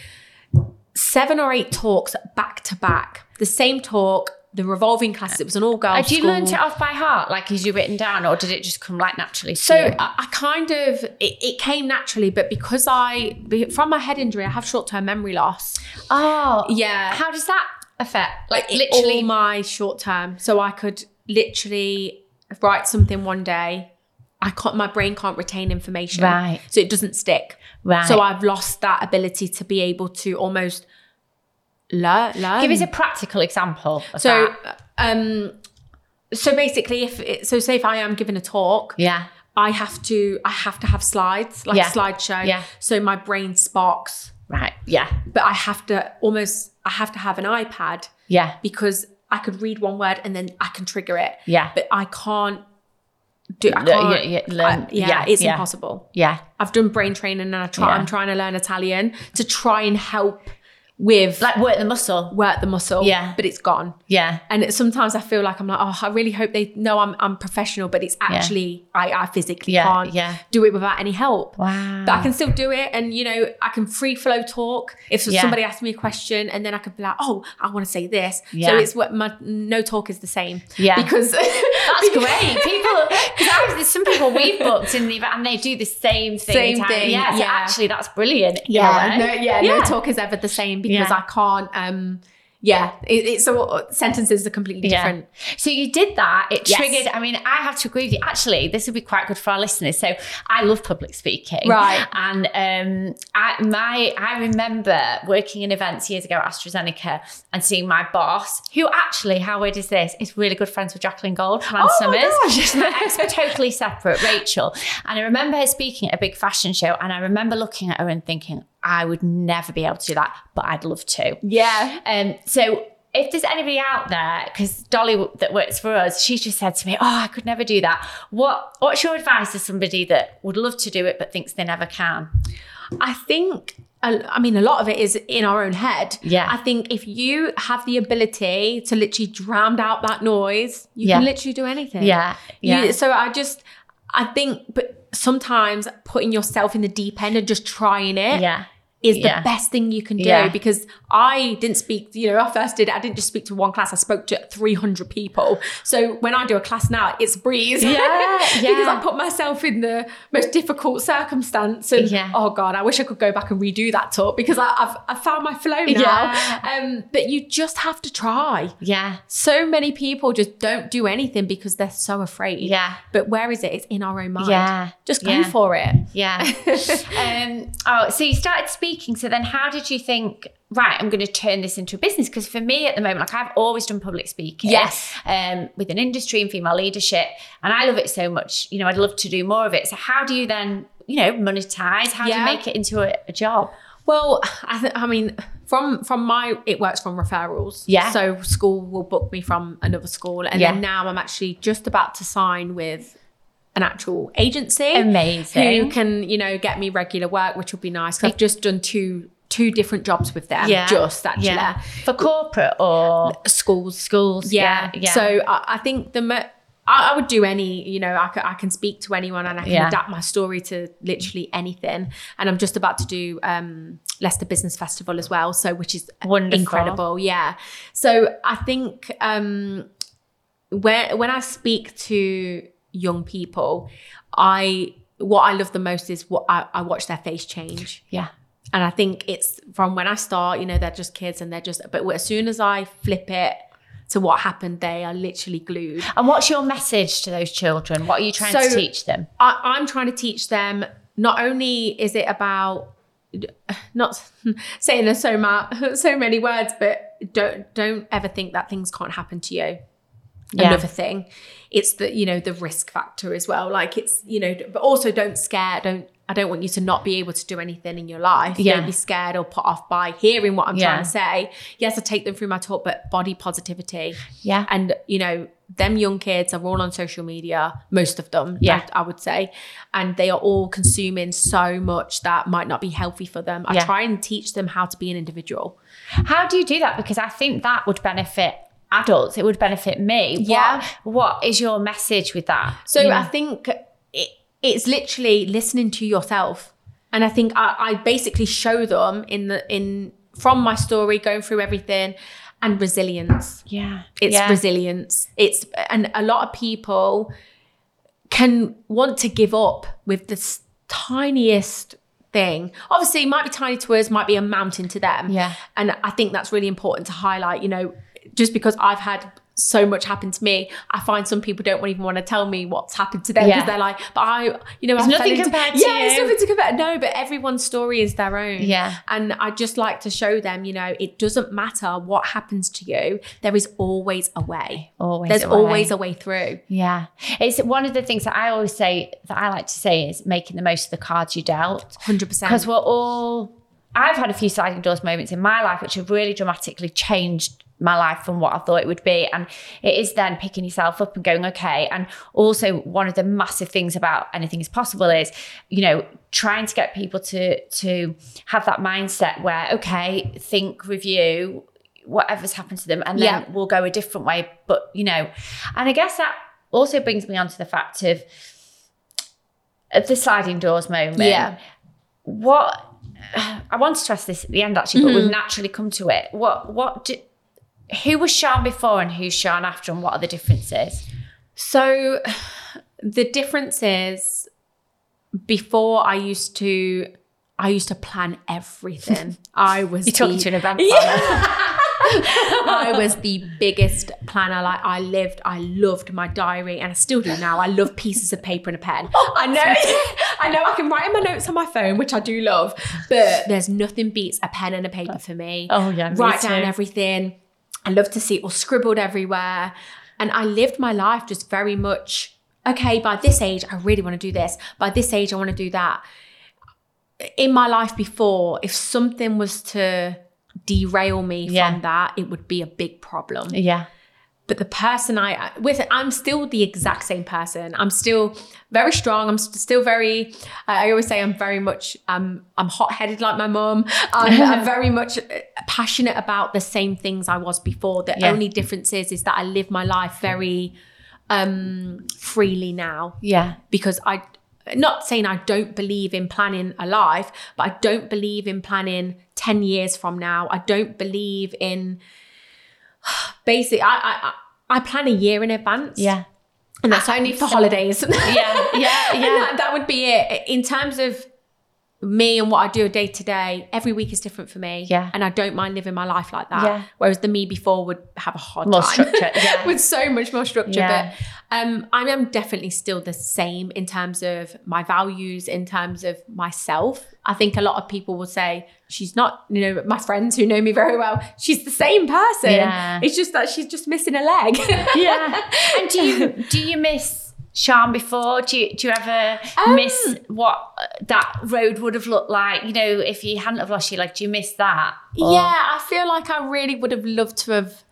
Speaker 2: seven or eight talks back to back. The same talk, the revolving class. It was an all girls.
Speaker 1: Had you learnt it off by heart? Like, is you written down, or did it just come like naturally? to
Speaker 2: So
Speaker 1: you?
Speaker 2: I, I kind of it, it came naturally, but because I be- from my head injury, I have short term memory loss.
Speaker 1: oh,
Speaker 2: Yeah,
Speaker 1: How does that affect? Like,
Speaker 2: It-
Speaker 1: literally,
Speaker 2: all my short term. So I could literally write something one day. I can't. My brain can't retain information.
Speaker 1: Right.
Speaker 2: So it doesn't stick.
Speaker 1: right?
Speaker 2: So I've lost that ability to be able to almost learn. learn.
Speaker 1: give us a practical example. Of
Speaker 2: so.
Speaker 1: that.
Speaker 2: Um, so basically, if it, so, say if I am given a talk,
Speaker 1: yeah,
Speaker 2: I have to I have to have slides like
Speaker 1: Yeah.
Speaker 2: a slideshow.
Speaker 1: Yeah.
Speaker 2: So my brain sparks,
Speaker 1: right, yeah,
Speaker 2: but I have to almost I have to have an iPad
Speaker 1: yeah,
Speaker 2: because I could read one word and then I can trigger it,
Speaker 1: yeah.
Speaker 2: but I can't do. I
Speaker 1: No,
Speaker 2: can't.
Speaker 1: yeah, yeah, learn-
Speaker 2: I- yeah,
Speaker 1: yeah,
Speaker 2: it's
Speaker 1: yeah.
Speaker 2: impossible.
Speaker 1: Yeah.
Speaker 2: I've done brain training and I try,
Speaker 1: Yeah.
Speaker 2: I'm trying to learn Italian to try and help with
Speaker 1: Like work the muscle.
Speaker 2: work the muscle.
Speaker 1: Yeah.
Speaker 2: But it's gone.
Speaker 1: Yeah.
Speaker 2: And it, sometimes I feel like I'm like, oh, I really hope they know I'm I'm professional, but it's actually I, I physically
Speaker 1: Yeah,
Speaker 2: can't
Speaker 1: yeah.
Speaker 2: do it without any help.
Speaker 1: Wow.
Speaker 2: But I can still do it, and you know, I can free flow talk. If
Speaker 1: Yeah.
Speaker 2: somebody asks me a question, and then I can be like, "Oh, I want to say this."
Speaker 1: Yeah.
Speaker 2: So it's what my no talk is the same.
Speaker 1: Yeah.
Speaker 2: because
Speaker 1: That's great. People, because there's some people we've booked in the event and they do the same thing.
Speaker 2: Same
Speaker 1: time.
Speaker 2: thing,
Speaker 1: Yeah. so
Speaker 2: yeah.
Speaker 1: actually, that's brilliant. in a
Speaker 2: yeah,
Speaker 1: way.
Speaker 2: no, yeah,
Speaker 1: Yeah.
Speaker 2: no talk is ever the same because
Speaker 1: Yeah.
Speaker 2: I can't. um Yeah, it, it's so sentences are completely
Speaker 1: Yeah.
Speaker 2: different.
Speaker 1: So you did that. It
Speaker 2: Yes.
Speaker 1: triggered. I mean, I have to agree with you. Actually, this would be quite good for our listeners. So I love public speaking.
Speaker 2: Right.
Speaker 1: And um, I my I remember working in events years ago at AstraZeneca and seeing my boss, who actually, how weird is this, is really good friends with Jacqueline Gold from Ann
Speaker 2: Oh my
Speaker 1: Summers.
Speaker 2: gosh.
Speaker 1: She's my ex, but totally separate, Rachel. And I remember her speaking at a big fashion show, and I remember looking at her and thinking, I would never be able to do that, but I'd love to.
Speaker 2: Yeah,
Speaker 1: Um, so if there's anybody out there, because Dolly w- that works for us, she just said to me, "Oh, I could never do that." What What's your advice to somebody that would love to do it but thinks they never can?
Speaker 2: I think. I I mean, a lot of it is in our own head.
Speaker 1: Yeah.
Speaker 2: I think if you have the ability to literally drown out that noise, you can
Speaker 1: Yeah.
Speaker 2: literally do anything.
Speaker 1: Yeah, yeah,
Speaker 2: You, so I just, I think, but sometimes putting yourself in the deep end and just trying it is
Speaker 1: yeah,
Speaker 2: the
Speaker 1: yeah.
Speaker 2: best thing you can do.
Speaker 1: Yeah.
Speaker 2: Because I didn't speak, you know, I first did, I didn't just speak to one class, I spoke to 300 people. So when I do a class now, it's a breeze.
Speaker 1: Yeah,
Speaker 2: because
Speaker 1: yeah.
Speaker 2: I put myself in the most difficult circumstance. And
Speaker 1: Yeah.
Speaker 2: oh God, I wish I could go back and redo that talk because I, I've, I've found my flow now.
Speaker 1: Yeah.
Speaker 2: Um, but you just have to try.
Speaker 1: yeah,
Speaker 2: So many people just don't do anything because they're so afraid.
Speaker 1: yeah,
Speaker 2: But where is it? It's in our own mind.
Speaker 1: yeah,
Speaker 2: Just go
Speaker 1: Yeah.
Speaker 2: for it.
Speaker 1: yeah. um, oh, so you started speaking, so then how did you think? Right, I'm going to turn this into a business because for me at the moment, like I've always done public speaking.
Speaker 2: Yes.
Speaker 1: Um, with an industry and female leadership, and I love it so much. You know, I'd love to do more of it. So how do you then, you know, monetize? How do
Speaker 2: Yeah.
Speaker 1: you make it into a, a job?
Speaker 2: Well, I, th- I mean, from from my it works from referrals.
Speaker 1: Yeah.
Speaker 2: So school will book me from another school, and
Speaker 1: Yeah.
Speaker 2: then now I'm actually just about to sign with an actual agency.
Speaker 1: Amazing.
Speaker 2: Who can you know get me regular work, which will be nice. i I've just done two two different jobs with them.
Speaker 1: Yeah.
Speaker 2: Just actually.
Speaker 1: Yeah. For corporate or
Speaker 2: Schools.
Speaker 1: schools.
Speaker 2: Yeah.
Speaker 1: Yeah.
Speaker 2: So I, I think the. Mo- I I would do any, you know, I ca- I can speak to anyone and I can
Speaker 1: Yeah.
Speaker 2: adapt my story to literally anything. And I'm just about to do um, Leicester Business Festival as well, so which is
Speaker 1: Wonderful.
Speaker 2: incredible. Yeah. So I think um, when when I speak to young people, I what I love the most is what I, I watch their face change.
Speaker 1: Yeah.
Speaker 2: And I think it's from when I start, you know, they're just kids and they're just, but as soon as I flip it to what happened, they are literally glued.
Speaker 1: And what's your message to those children? What are you trying to
Speaker 2: So-
Speaker 1: teach them?
Speaker 2: I, I'm trying to teach them not only is it about not saying there's so ma- so many words, but don't don't ever think that things can't happen to you.
Speaker 1: Yeah.
Speaker 2: Another thing, it's the you know the risk factor as well. Like it's you know, but also don't scare. Don't I don't want you to not be able to do anything in your life.
Speaker 1: Yeah.
Speaker 2: Don't be scared or put off by hearing what I'm
Speaker 1: Yeah.
Speaker 2: trying to say. Yes, I take them through my talk, but body positivity
Speaker 1: Yeah.
Speaker 2: and you know them young kids are all on social media most of them
Speaker 1: Yeah.
Speaker 2: I, I would say and they are all consuming so much that might not be healthy for them i
Speaker 1: Yeah.
Speaker 2: try and teach them how to be an individual
Speaker 1: How do you do that? Because I think that would benefit adults. It would benefit me. What-
Speaker 2: Yeah.
Speaker 1: what is your message with that?
Speaker 2: so
Speaker 1: You know?
Speaker 2: i think it, it's literally listening to yourself and i think I, I basically show them in the in from my story going through everything and resilience
Speaker 1: yeah.
Speaker 2: it's
Speaker 1: yeah.
Speaker 2: resilience it's and a lot of people can want to give up with this tiniest thing obviously it might be tiny to us might be a mountain to them
Speaker 1: Yeah.
Speaker 2: and i think that's really important to highlight you know just because i've had so much happen to me i find some people don't even want to tell me what's happened to them because
Speaker 1: Yeah.
Speaker 2: they're like but i you know I fell
Speaker 1: nothing
Speaker 2: into-
Speaker 1: compared to
Speaker 2: yeah it's
Speaker 1: you.
Speaker 2: nothing to compare no but everyone's story is their own
Speaker 1: Yeah.
Speaker 2: and I just like to show them, you know, it doesn't matter what happens to you, there is always a way.
Speaker 1: Always
Speaker 2: There's
Speaker 1: a way.
Speaker 2: always a way through.
Speaker 1: Yeah. It's one of the things that I always say that I like to say is making the most of the cards you dealt.
Speaker 2: 100%.
Speaker 1: Because we're all I've had a few sliding doors moments in my life which have really dramatically changed my life from what I thought it would be. And it is then picking yourself up and going, okay. And also one of the massive things about anything is possible is, you know, trying to get people to to have that mindset where, okay, think, review, whatever's happened to them, and then
Speaker 2: Yeah.
Speaker 1: we'll go a different way. But you know, and I guess that also brings me on to the fact of of the sliding doors moment
Speaker 2: yeah.
Speaker 1: what I want to stress this at the end actually, but we've naturally come to it. What what do, who was Sean before and who's Sean after, and what are the differences?
Speaker 2: So the difference is before I used to I used to plan everything. I was
Speaker 1: You're talking
Speaker 2: the-
Speaker 1: to an event
Speaker 2: I was the biggest planner. Like I lived, I loved my diary, and I still do now. I love pieces of paper and a pen. Oh, I know, I know, I can write in my notes on my phone, which I do love. But there's nothing beats a pen and a paper for me.
Speaker 1: Oh, yeah, me
Speaker 2: write down
Speaker 1: too.
Speaker 2: everything. I love to see it all scribbled everywhere, and I lived my life just very much. Okay, by this age, I really want to do this. By this age, I want to do that in my life before, if something was to derail me
Speaker 1: Yeah.
Speaker 2: from that, it would be a big problem.
Speaker 1: Yeah.
Speaker 2: But the person I with, I'm still the exact same person. I'm still very strong. I'm st- still very. I I always say I'm very much. Um, I'm hot headed like my mum. I'm, I'm very much uh, passionate about the same things I was before. The
Speaker 1: Yeah.
Speaker 2: only difference is is that I live my life very um freely now
Speaker 1: Yeah.
Speaker 2: because I not saying I don't believe in planning a life, but I don't believe in planning 10 years from now. I don't believe in basic I I I I plan a year in advance.
Speaker 1: Yeah.
Speaker 2: And that's only for holidays.
Speaker 1: Yeah. Yeah.
Speaker 2: And
Speaker 1: Yeah.
Speaker 2: that, that would be it. In terms of me and what I do day to day, every week is different for me.
Speaker 1: Yeah.
Speaker 2: And I don't mind living my life like that.
Speaker 1: Yeah.
Speaker 2: Whereas the me before would have a hard
Speaker 1: More
Speaker 2: time
Speaker 1: structure, yeah.
Speaker 2: with so much more structure.
Speaker 1: Yeah.
Speaker 2: But um, I am definitely still the same in terms of my values, in terms of myself. I think a lot of people will say, she's not, you know, my friends who know me very well, she's the same person.
Speaker 1: Yeah.
Speaker 2: It's just that she's just missing a leg.
Speaker 1: yeah. And do you do you miss Sean before? Do you do you ever
Speaker 2: Um,
Speaker 1: miss what uh, that road would have looked like? You know, if you hadn't have lost your leg, do you miss that? Or-
Speaker 2: Yeah, I feel like I really would have loved to have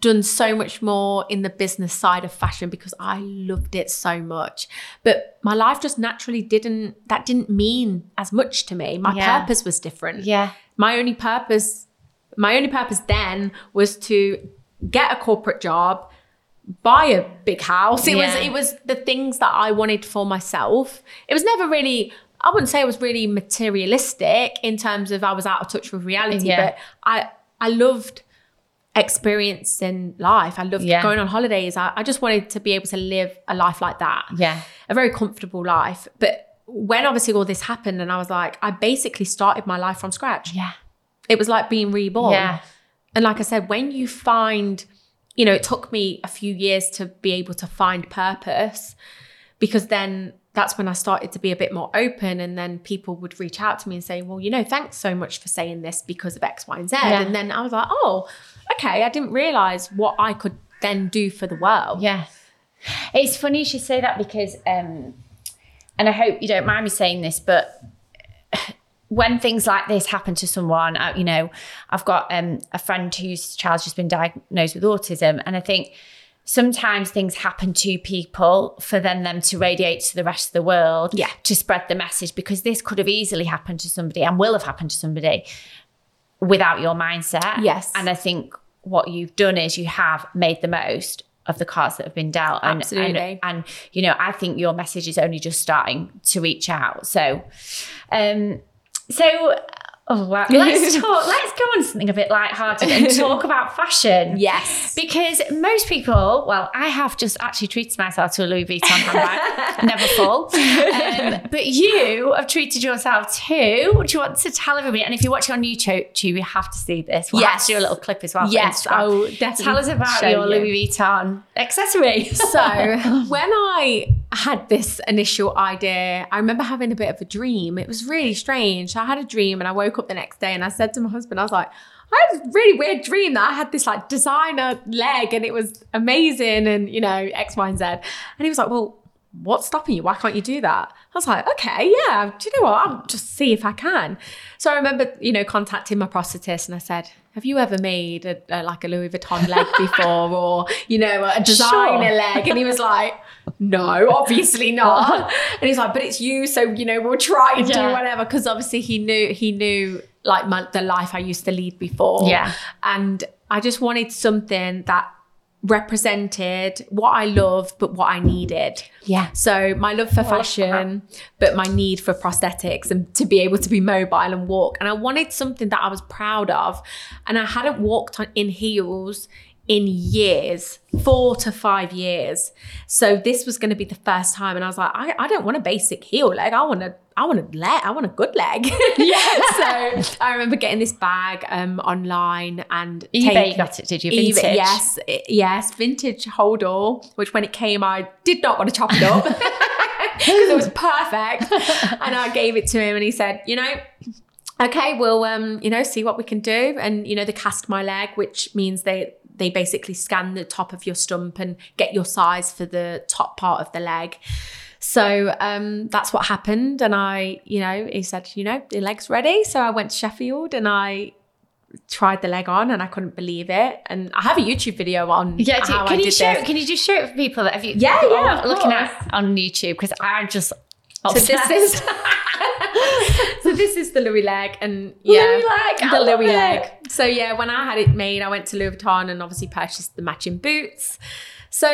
Speaker 2: done so much more in the business side of fashion because I loved it so much. But my life just naturally didn't that didn't mean as much to me. My
Speaker 1: Yeah.
Speaker 2: purpose was different.
Speaker 1: Yeah.
Speaker 2: My only purpose my only purpose then was to get a corporate job, buy a big house. It was
Speaker 1: Yeah.
Speaker 2: it was the things that I wanted for myself. It was never really I wouldn't say it was really materialistic in terms of I was out of touch with reality,
Speaker 1: Yeah.
Speaker 2: but I I loved experiencing life. I loved
Speaker 1: Yeah.
Speaker 2: going on holidays. I, I just wanted to be able to live a life like that
Speaker 1: Yeah.
Speaker 2: a very comfortable life. But when obviously all this happened, and I was like, I basically started my life from scratch.
Speaker 1: Yeah.
Speaker 2: It was like being reborn.
Speaker 1: Yeah.
Speaker 2: And like I said, when you find, you know, it took me a few years to be able to find purpose because then that's when I started to be a bit more open. And then people would reach out to me and say, well, you know, thanks so much for saying this because of X, Y, and Z.
Speaker 1: Yeah.
Speaker 2: And then I was like, oh, okay. I didn't realize what I could then do for the world.
Speaker 1: Yeah. It's funny you should say that because, um, and I hope you don't mind me saying this, but when things like this happen to someone, uh, you know, I've got um, a friend whose child's just been diagnosed with autism, and I think sometimes things happen to people for then them to radiate to the rest of the world
Speaker 2: Yeah.
Speaker 1: to spread the message because this could have easily happened to somebody and will have happened to somebody without your mindset.
Speaker 2: Yes.
Speaker 1: And I think what you've done is you have made the most of the cards that have been dealt. And,
Speaker 2: Absolutely.
Speaker 1: And, and you know, I think your message is only just starting to reach out. So, um, so. Oh, well, let's talk. Let's go on something a bit lighthearted and talk about fashion.
Speaker 2: Yes.
Speaker 1: Because most people, well, I have just actually treated myself to a Louis Vuitton handbag, never full. Um, but you have treated yourself too. Do you want to tell everybody? And if you're watching on YouTube, you have to see this. We'll have
Speaker 2: Yes.
Speaker 1: to do a little clip as well. for
Speaker 2: Yes,
Speaker 1: Instagram.
Speaker 2: I will definitely
Speaker 1: Tell us about
Speaker 2: show
Speaker 1: your
Speaker 2: you.
Speaker 1: Louis Vuitton accessory.
Speaker 2: So when I had this initial idea, I remember having a bit of a dream. It was really strange. I had a dream and I woke up the next day and I said to my husband, I was like, I had a really weird dream that I had this like designer leg and it was amazing and you know, X, Y, and Z. And he was like, Well, what's stopping you? Why can't you do that? I was like, okay, yeah, do you know what? I'll just see if I can. So I remember, you know, contacting my prosthetist and I said, have you ever made a, a- like a Louis Vuitton leg before or, you know, a designer
Speaker 1: Sure.
Speaker 2: leg? And he was like, no, obviously not. And he's like, but it's you. So, you know, we'll try and
Speaker 1: Yeah.
Speaker 2: do whatever. Cause obviously he knew, he knew like my, the life I used to lead before.
Speaker 1: Yeah.
Speaker 2: And I just wanted something that represented what I loved, but what I needed.
Speaker 1: yeah. Oh,
Speaker 2: So my love for fashion, but my need for prosthetics and to be able to be mobile and walk. And I wanted something that I was proud of. And I hadn't walked on, in heels in years, four to five years. So this was going to be the first time. And I was like, I, I don't want a basic heel leg. I want a, I want a leg. I want a good leg. Yeah. so I remember getting this bag um, online and
Speaker 1: eBay
Speaker 2: taking-
Speaker 1: you got it, did you?
Speaker 2: Eve-
Speaker 1: Vintage.
Speaker 2: yes, i- yes, vintage hold all, which when it came, I did not want to chop it up because it was perfect. And I gave it to him, and he said, you know. Okay, we'll um, you know, see what we can do. And you know, they cast my leg, which means they they basically scan the top of your stump and get your size for the top part of the leg. So um, that's what happened. And I, you know, he said, you know, your leg's ready. So I went to Sheffield and I tried the leg on and I couldn't believe it. And I have a YouTube video on
Speaker 1: Yeah, do,
Speaker 2: how I
Speaker 1: can
Speaker 2: did
Speaker 1: you show?
Speaker 2: this.
Speaker 1: Can you just show it for people that have you?
Speaker 2: Yeah,
Speaker 1: are
Speaker 2: yeah, of
Speaker 1: Looking
Speaker 2: course.
Speaker 1: at on YouTube because I'm just
Speaker 2: So this
Speaker 1: obsessed.
Speaker 2: is so this is the Louis leg and yeah,
Speaker 1: leg, I
Speaker 2: the
Speaker 1: love
Speaker 2: Louis
Speaker 1: it.
Speaker 2: leg. So yeah, when I had it made, I went to Louis Vuitton and obviously purchased the matching boots. So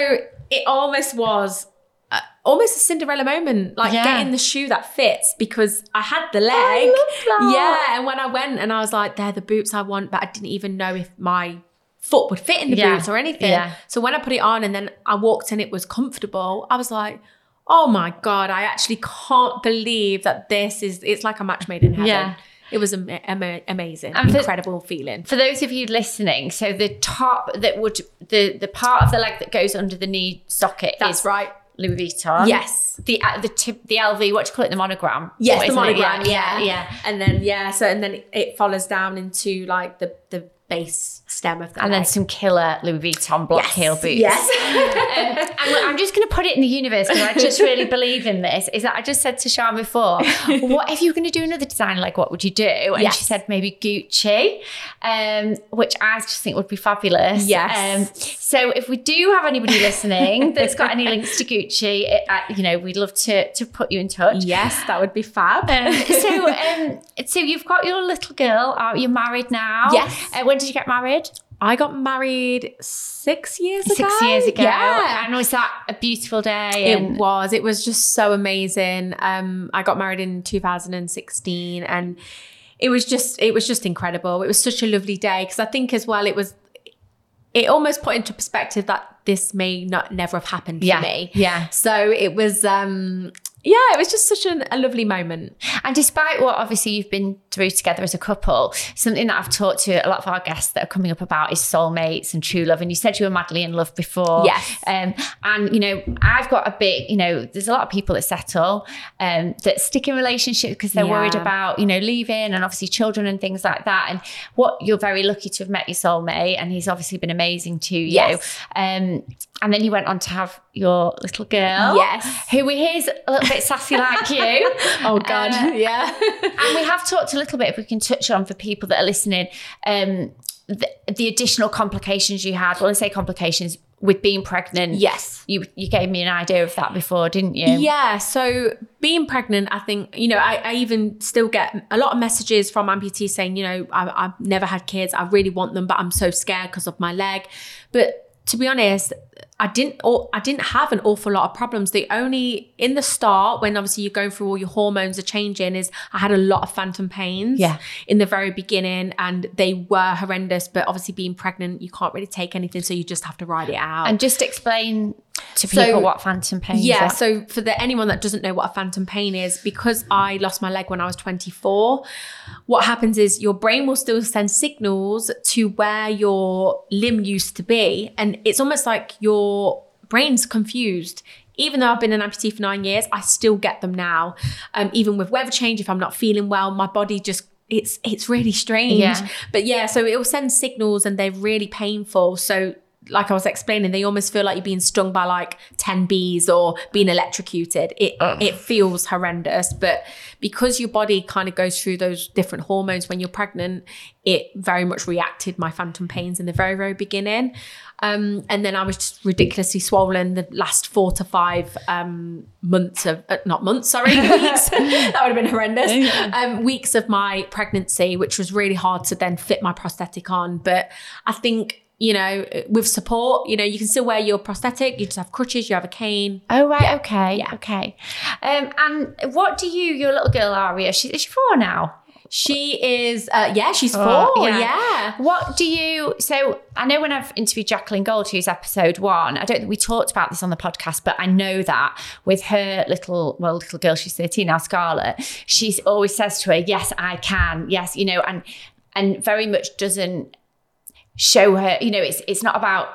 Speaker 2: it almost was uh, almost a Cinderella moment, like
Speaker 1: Yeah.
Speaker 2: getting the shoe that fits because I had the leg.
Speaker 1: love that.
Speaker 2: Yeah, and when I went and I was like, they're the boots I want, but I didn't even know if my foot would fit in the
Speaker 1: Yeah.
Speaker 2: boots or anything.
Speaker 1: Yeah.
Speaker 2: So when I put it on and then I walked and it was comfortable, I was like, oh my God, I actually can't believe that this is, it's like a match made in heaven.
Speaker 1: Yeah.
Speaker 2: It was am- am- amazing,
Speaker 1: And for-
Speaker 2: incredible feeling.
Speaker 1: For those of you listening, so the top that would the the part of the leg that goes under the knee socket
Speaker 2: That's
Speaker 1: is
Speaker 2: right.
Speaker 1: Louis Vuitton.
Speaker 2: Yes.
Speaker 1: The uh, the tip, the LV. What do you call it? The monogram.
Speaker 2: Yes,
Speaker 1: What
Speaker 2: the
Speaker 1: is it?
Speaker 2: monogram.
Speaker 1: Yeah,
Speaker 2: Yeah.
Speaker 1: yeah.
Speaker 2: And then, yeah. So, and then it, it follows down into like the, the base stem of the
Speaker 1: And then
Speaker 2: leg.
Speaker 1: some killer Louis Vuitton block heel boots.
Speaker 2: Yes.
Speaker 1: Um, and I'm just going to put it in the universe because I just really believe in this. Is that I just said to Sean before, what if you were going to do another design? Like, what would you do? And
Speaker 2: Yes.
Speaker 1: she said maybe Gucci, um, which I just think would be fabulous.
Speaker 2: Yes.
Speaker 1: Um, so if we do have anybody listening that's got any links to Gucci, it, uh, you know, we'd love to to put you in touch.
Speaker 2: yes, that would be fab.
Speaker 1: Um, so, um, so you've got your little girl. Uh, you're married now.
Speaker 2: Yes.
Speaker 1: Uh, when did you get married?
Speaker 2: I got married six years ago.
Speaker 1: Six years ago.
Speaker 2: Yeah.
Speaker 1: And was that a beautiful day?
Speaker 2: It
Speaker 1: And-
Speaker 2: was. It was just so amazing. Um, I got married in 2016, and it was just it was just incredible. It was such a lovely day because I think as well it was. It almost put into perspective that this may not never have happened
Speaker 1: yeah.
Speaker 2: for me.
Speaker 1: Yeah.
Speaker 2: So it was. um yeah, it was just such an, a lovely moment.
Speaker 1: And despite what obviously you've been through together as a couple, something that I've talked to a lot of our guests that are coming up about is soulmates and true love. And you said you were madly in love before.
Speaker 2: Yes.
Speaker 1: Um, and, you know, I've got a big, you know, there's a lot of people that settle um, that stick in relationships because they're
Speaker 2: Yeah.
Speaker 1: worried about, you know, leaving and obviously children and things like that. And what you're very lucky to have met your soulmate. And he's obviously been amazing to you.
Speaker 2: Yes.
Speaker 1: Um, and then you went on to have your little girl.
Speaker 2: Yes.
Speaker 1: Who is a little bit sassy like you.
Speaker 2: Oh God,
Speaker 1: Uh,
Speaker 2: yeah.
Speaker 1: And we have talked a little bit, if we can touch on for people that are listening, um, the, the additional complications you had. Well, I say complications with being pregnant.
Speaker 2: yes.
Speaker 1: You, you gave me an idea of that before, didn't you?
Speaker 2: Yeah. So being pregnant, I think, you know, I, I even still get a lot of messages from amputees saying, you know, I, I've never had kids. I really want them, but I'm so scared because of my leg. But to be honest, I didn't. Or I didn't have an awful lot of problems. The only in the start, when obviously you're going through all your hormones are changing, is I had a lot of phantom pains.
Speaker 1: Yeah.
Speaker 2: In the very beginning, and they were horrendous. But obviously, being pregnant, you can't really take anything, so you just have to ride it out.
Speaker 1: And just explain to
Speaker 2: So-
Speaker 1: people what phantom pains
Speaker 2: Yeah,
Speaker 1: are.
Speaker 2: so for the anyone that doesn't know what a phantom pain is, because I lost my leg when I was 24, what happens is your brain will still send signals to where your limb used to be, and it's almost like your brain's confused. Even though I've been an amputee for nine years, I still get them now. Um, even with weather change, if I'm not feeling well, my body just it's it's really strange.
Speaker 1: Yeah.
Speaker 2: But yeah, so it will send signals and they're really painful. So like I was explaining, they almost feel like you're being stung by like 10 bees or being electrocuted. It it feels horrendous. But because your body kind of goes through those different hormones when you're pregnant, it very much reacted my phantom pains in the very, very beginning. Um, and then I was just ridiculously swollen the last four to five um, months of, uh, not months, sorry, weeks. that would have been horrendous. Um, weeks of my pregnancy, which was really hard to then fit my prosthetic on. But I think, you know, with support, you know, you can still wear your prosthetic. You just have crutches, you have a cane.
Speaker 1: Oh right, okay,
Speaker 2: yeah.
Speaker 1: okay. Um, and what do you, your little girl Aria? She, is she four now?
Speaker 2: She is, uh, yeah, she's four.
Speaker 1: Oh, yeah.
Speaker 2: yeah.
Speaker 1: What do you? So I know when I've interviewed Jacqueline Gold, who's episode one. I don't think we talked about this on the podcast, but I know that with her little, well, little girl, she's thirteen now, Scarlett. She always says to her, "Yes, I can. Yes, you know," and and very much doesn't show her. You know, it's it's not about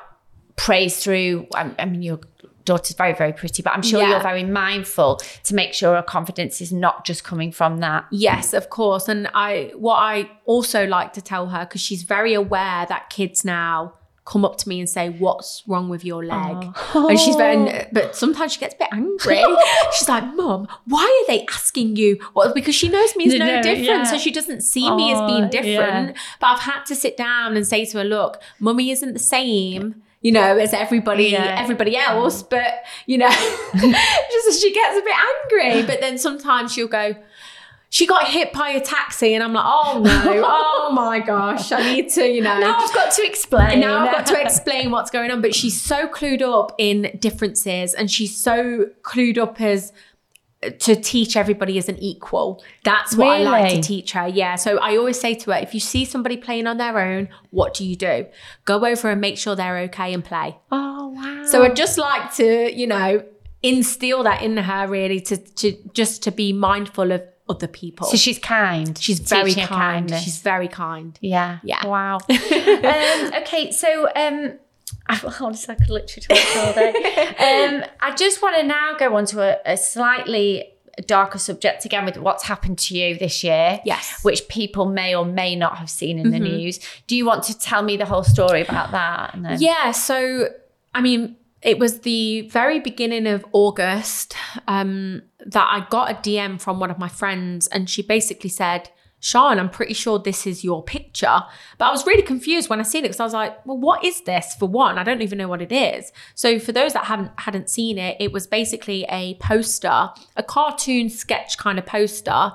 Speaker 1: praise through. I, I mean, your daughter's very very pretty, but I'm sure
Speaker 2: Yeah.
Speaker 1: you're very mindful to make sure her confidence is not just coming from that.
Speaker 2: Yes, of course. And I what I also like to tell her because she's very aware that kids now come up to me and say, "What's wrong with your leg?" And she's very, but sometimes she gets a bit angry. she's like, "Mum, why are they asking you?" Well, because she knows me is
Speaker 1: You
Speaker 2: no
Speaker 1: know,
Speaker 2: different,
Speaker 1: yeah.
Speaker 2: so she doesn't see me as
Speaker 1: Oh,
Speaker 2: being
Speaker 1: yeah.
Speaker 2: different. But I've had to sit down and say to her, "Look, mummy isn't the same." You know, as everybody,
Speaker 1: Yeah.
Speaker 2: everybody else, but you know, just she gets a bit angry. But then sometimes she'll go, she got hit by a taxi, and I'm like, oh no, oh my gosh, I need to, you know.
Speaker 1: Now I've got to explain.
Speaker 2: And now I've got to explain what's going on, but she's so clued up in differences, and she's so clued up as uh, to teach everybody as an equal. That's what I like
Speaker 1: Really?
Speaker 2: to teach her. Yeah. So I always say to her, if you see somebody playing on their own, what do you do? Go over and make sure they're okay and play.
Speaker 1: Oh wow.
Speaker 2: So I'd just like to, you know, instill that in her really to, to just to be mindful of other people.
Speaker 1: So she's kind.
Speaker 2: Oh. she's very
Speaker 1: Teaching her
Speaker 2: kind.
Speaker 1: kindness.
Speaker 2: She's very kind.
Speaker 1: yeah.
Speaker 2: Yeah.
Speaker 1: Wow. um, okay, so um, I, honestly, I could literally talk all day. Um, I just want to now go on to a, a slightly darker subject again with what's happened to you this year.
Speaker 2: Yes. Mm-hmm.
Speaker 1: Which people may or may not have seen in the news. Do you want to tell me the whole story about that? And then-
Speaker 2: Yeah, so I mean, it was the very beginning of August um, that I got a DM from one of my friends, and she basically said, Sean, I'm pretty sure this is your picture. But I was really confused when I seen it because I was like, well, what is this for one? I don't even know what it is. So for those that haven't hadn't seen it, it was basically a poster, a cartoon sketch kind of poster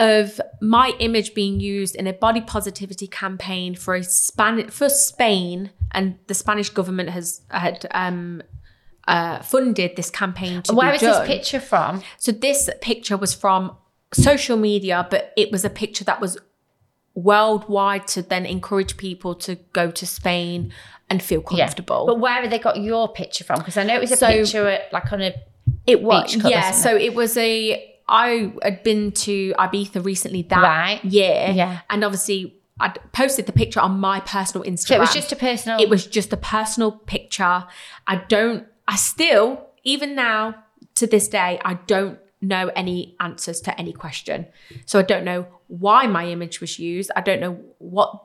Speaker 2: of my image being used in a body positivity campaign for a Span- for Spain, and the Spanish government has had um, uh, funded this campaign to
Speaker 1: Where
Speaker 2: be
Speaker 1: is this
Speaker 2: done.
Speaker 1: picture from?
Speaker 2: So this picture was from social media, but it was a picture that was worldwide to then encourage people to go to Spain and feel comfortable.
Speaker 1: But where have they got your picture from? Because I know it was a
Speaker 2: So-
Speaker 1: picture at, like on a
Speaker 2: it was
Speaker 1: beach club or
Speaker 2: yeah.
Speaker 1: something.
Speaker 2: So it was a. I had been to Ibiza recently that
Speaker 1: Right.
Speaker 2: year,
Speaker 1: Yeah.
Speaker 2: and obviously I posted the picture on my personal Instagram.
Speaker 1: So it was just a personal.
Speaker 2: it was just a personal picture. I don't, I still, even now to this day, I don't know any answers to any question. So I don't know why my image was used. I don't know what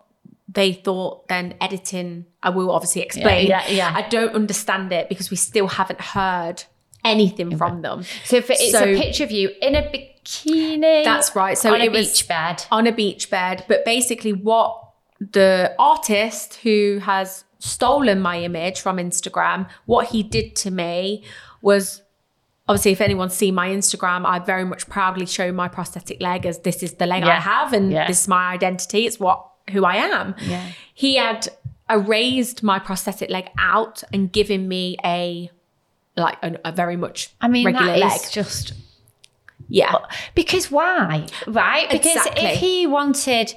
Speaker 2: they thought then editing. I will obviously explain.
Speaker 1: yeah, yeah.
Speaker 2: I don't understand it because we still haven't heard anything from them.
Speaker 1: So if it's
Speaker 2: So-
Speaker 1: a picture of you in a bikini.
Speaker 2: That's right. So
Speaker 1: on a
Speaker 2: it was-
Speaker 1: beach bed.
Speaker 2: on a beach bed. But basically, what the artist who has stolen my image from Instagram, what he did to me was obviously, if anyone's seen my Instagram, I very much proudly show my prosthetic leg as this is the leg I
Speaker 1: Yeah.
Speaker 2: have and
Speaker 1: Yeah.
Speaker 2: this is my identity. It's what who I am.
Speaker 1: Yeah.
Speaker 2: He had erased my prosthetic leg out and given me a like an, a very much
Speaker 1: I mean,
Speaker 2: regular
Speaker 1: that is
Speaker 2: leg.
Speaker 1: just
Speaker 2: yeah.
Speaker 1: because why, right? Because
Speaker 2: Exactly.
Speaker 1: if he wanted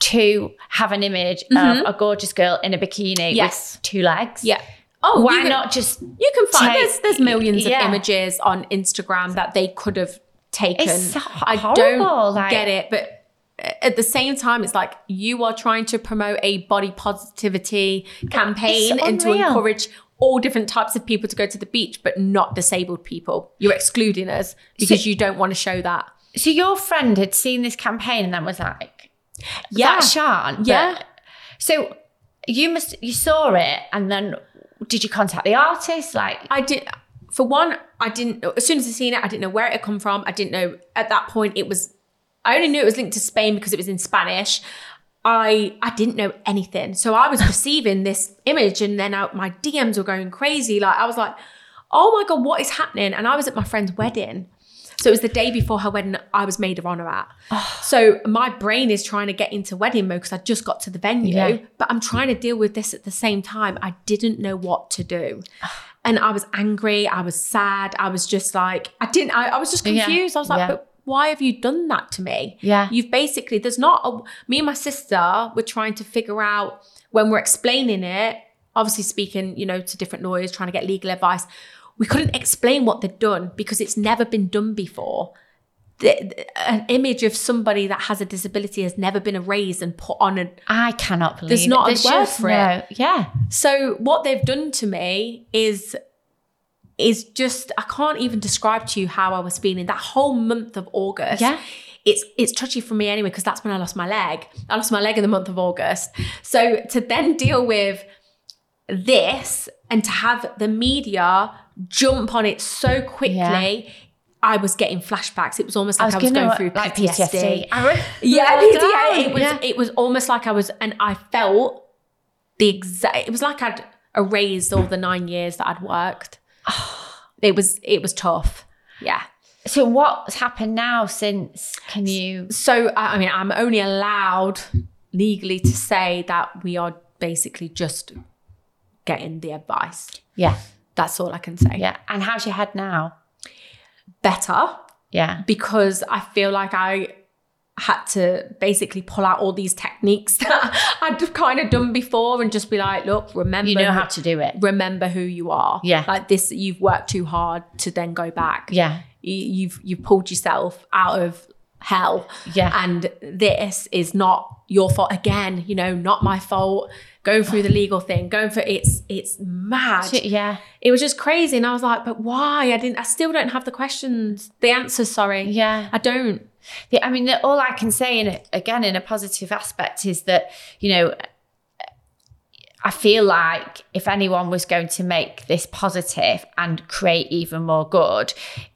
Speaker 1: to have an image of a gorgeous girl in a bikini
Speaker 2: Mm-hmm. Yes.
Speaker 1: with two legs,
Speaker 2: Yeah. Oh,
Speaker 1: why
Speaker 2: you can-
Speaker 1: not just?
Speaker 2: You can find
Speaker 1: Take-
Speaker 2: there's there's millions
Speaker 1: yeah.
Speaker 2: of images on Instagram that they could have taken.
Speaker 1: It's so
Speaker 2: I don't
Speaker 1: horrible, like-
Speaker 2: get it, but uh, at the same time, it's like you are trying to promote a body positivity campaign and to
Speaker 1: unreal.
Speaker 2: encourage all different types of people to go to the beach, but not disabled people. You're excluding us because you don't want to show that.
Speaker 1: So your friend had seen this campaign and then was like,
Speaker 2: Yeah.
Speaker 1: "That's Sean." But-
Speaker 2: Yeah.
Speaker 1: So you must you saw it and then did you contact the artist? Like,
Speaker 2: I did. For one, I didn't. As soon as I seen it, I didn't know where it had come from. I didn't know at that point it was. I only knew it was linked to Spain because it was in Spanish. I I didn't know anything, so I was receiving this image, and then I, my DMs were going crazy. Like I was like, "Oh my god, what is happening?" And I was at my friend's wedding, so it was the day before her wedding. I was maid of honor at, so my brain is trying to get into wedding mode because I just got to the venue,
Speaker 1: Yeah.
Speaker 2: but I'm trying to deal with this at the same time. I didn't know what to do and I was angry, I was sad, I was just like, I didn't, I, I was just
Speaker 1: Yeah,
Speaker 2: confused. I was like,
Speaker 1: yeah.
Speaker 2: but why have you done that to me?
Speaker 1: Yeah.
Speaker 2: You've basically, there's not a, me and my sister were trying to figure out when we're explaining it, obviously speaking, you know, to different lawyers, trying to get legal advice. We couldn't explain what they'd done because it's never been done before. The- the- an image of somebody that has a disability has never been erased and put on a,
Speaker 1: I cannot believe
Speaker 2: There's
Speaker 1: it.
Speaker 2: not a word
Speaker 1: just
Speaker 2: for it.
Speaker 1: no- Yeah.
Speaker 2: so what they've done to me is is just I can't even describe to you how I was feeling that whole month of August.
Speaker 1: Yeah.
Speaker 2: It's it's touchy for me anyway because that's when I lost my leg. I lost my leg in the month of August. So to then deal with this and to have the media jump on it so quickly,
Speaker 1: Yeah.
Speaker 2: I was getting flashbacks. It was almost like I was,
Speaker 1: gonna-
Speaker 2: going through
Speaker 1: like
Speaker 2: PTSD.
Speaker 1: I re-
Speaker 2: Yeah,
Speaker 1: Oh,
Speaker 2: PDA.
Speaker 1: God.
Speaker 2: It was
Speaker 1: Yeah.
Speaker 2: it was almost like I was, and I felt the exact. It was like I'd erased all the nine years that I'd worked. It was it was tough. Yeah.
Speaker 1: So what's happened now since? Can you?
Speaker 2: So I I mean, I'm only allowed legally to say that we are basically just getting the advice.
Speaker 1: Yeah,
Speaker 2: That's all I can say.
Speaker 1: yeah. And how's your head now?
Speaker 2: Better
Speaker 1: Yeah,
Speaker 2: because I feel like I had to basically pull out all these techniques that I'd kind of done before and just be like, look, remember
Speaker 1: You know how to do it.
Speaker 2: remember who you are.
Speaker 1: Yeah.
Speaker 2: Like this you've worked too hard to then go back.
Speaker 1: Yeah.
Speaker 2: You- You've you've pulled yourself out of hell.
Speaker 1: Yeah.
Speaker 2: And this is not your fault again, you know, not my fault. Going through the legal thing, going for it's it's mad.
Speaker 1: yeah.
Speaker 2: It was just crazy. And I was like, but why? I didn't I still don't have the questions. The answers, sorry.
Speaker 1: Yeah.
Speaker 2: I don't.
Speaker 1: Yeah, I mean, the- all I can say, in again, in a positive aspect, is that you know, I feel like if anyone was going to make this positive and create even more good,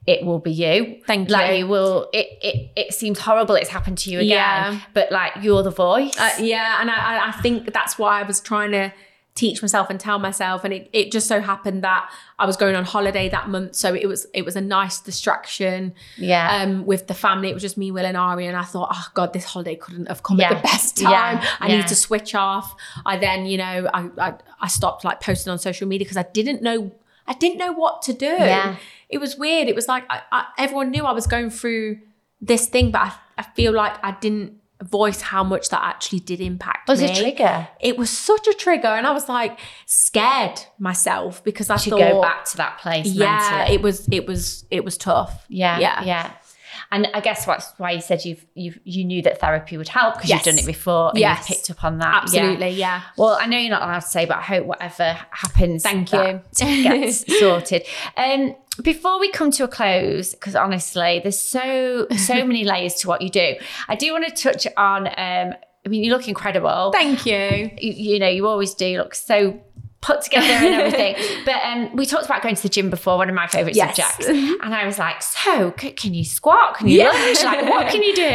Speaker 1: it will be you.
Speaker 2: Thank
Speaker 1: like
Speaker 2: you.
Speaker 1: you will. It it it seems horrible. It's happened to you again,
Speaker 2: Yeah.
Speaker 1: but like you're the voice.
Speaker 2: Uh, yeah, and I, I- I think that's why I was trying to teach myself and tell myself, and it, it just so happened that I was going on holiday that month, so it was it was a nice distraction
Speaker 1: yeah,
Speaker 2: um, with the family. It was just me, Will, and Ari, and I thought, oh god, this holiday couldn't have come at
Speaker 1: Yeah.
Speaker 2: the best
Speaker 1: Yeah.
Speaker 2: time. I
Speaker 1: Yeah.
Speaker 2: need to switch off. I then, you know, I I, I stopped like posting on social media because I didn't know I didn't know what to do.
Speaker 1: Yeah.
Speaker 2: It was weird. It was like I, I, everyone knew I was going through this thing, but I, I feel like I didn't voice how much that actually did impact
Speaker 1: was
Speaker 2: me.
Speaker 1: a trigger
Speaker 2: It was such a trigger, and I was like scared myself because I
Speaker 1: to
Speaker 2: thought,
Speaker 1: go back to that place.
Speaker 2: yeah,
Speaker 1: mentally.
Speaker 2: it was, it was, it was tough.
Speaker 1: Yeah,
Speaker 2: Yeah.
Speaker 1: yeah. And I guess that's why you said you've, you've you knew that therapy would help because
Speaker 2: Yes.
Speaker 1: you've done it before and
Speaker 2: Yes.
Speaker 1: you've picked up on that. Yeah.
Speaker 2: Absolutely, yeah.
Speaker 1: Well, I know you're not allowed to say, but I hope whatever happens,
Speaker 2: Thank
Speaker 1: that
Speaker 2: you.
Speaker 1: gets sorted. Um, before we come to a close, because honestly, there's so so many layers to what you do. I do want to touch on. Um, I mean, you look incredible.
Speaker 2: Thank you.
Speaker 1: you, you know, you always do look so put together and everything. but um, we talked about going to the gym before, one of my favourite
Speaker 2: Yes. Mm-hmm.
Speaker 1: subjects. And I was like, so c- can you squat? Can you
Speaker 2: Yeah.
Speaker 1: lunge? Like, what can you do?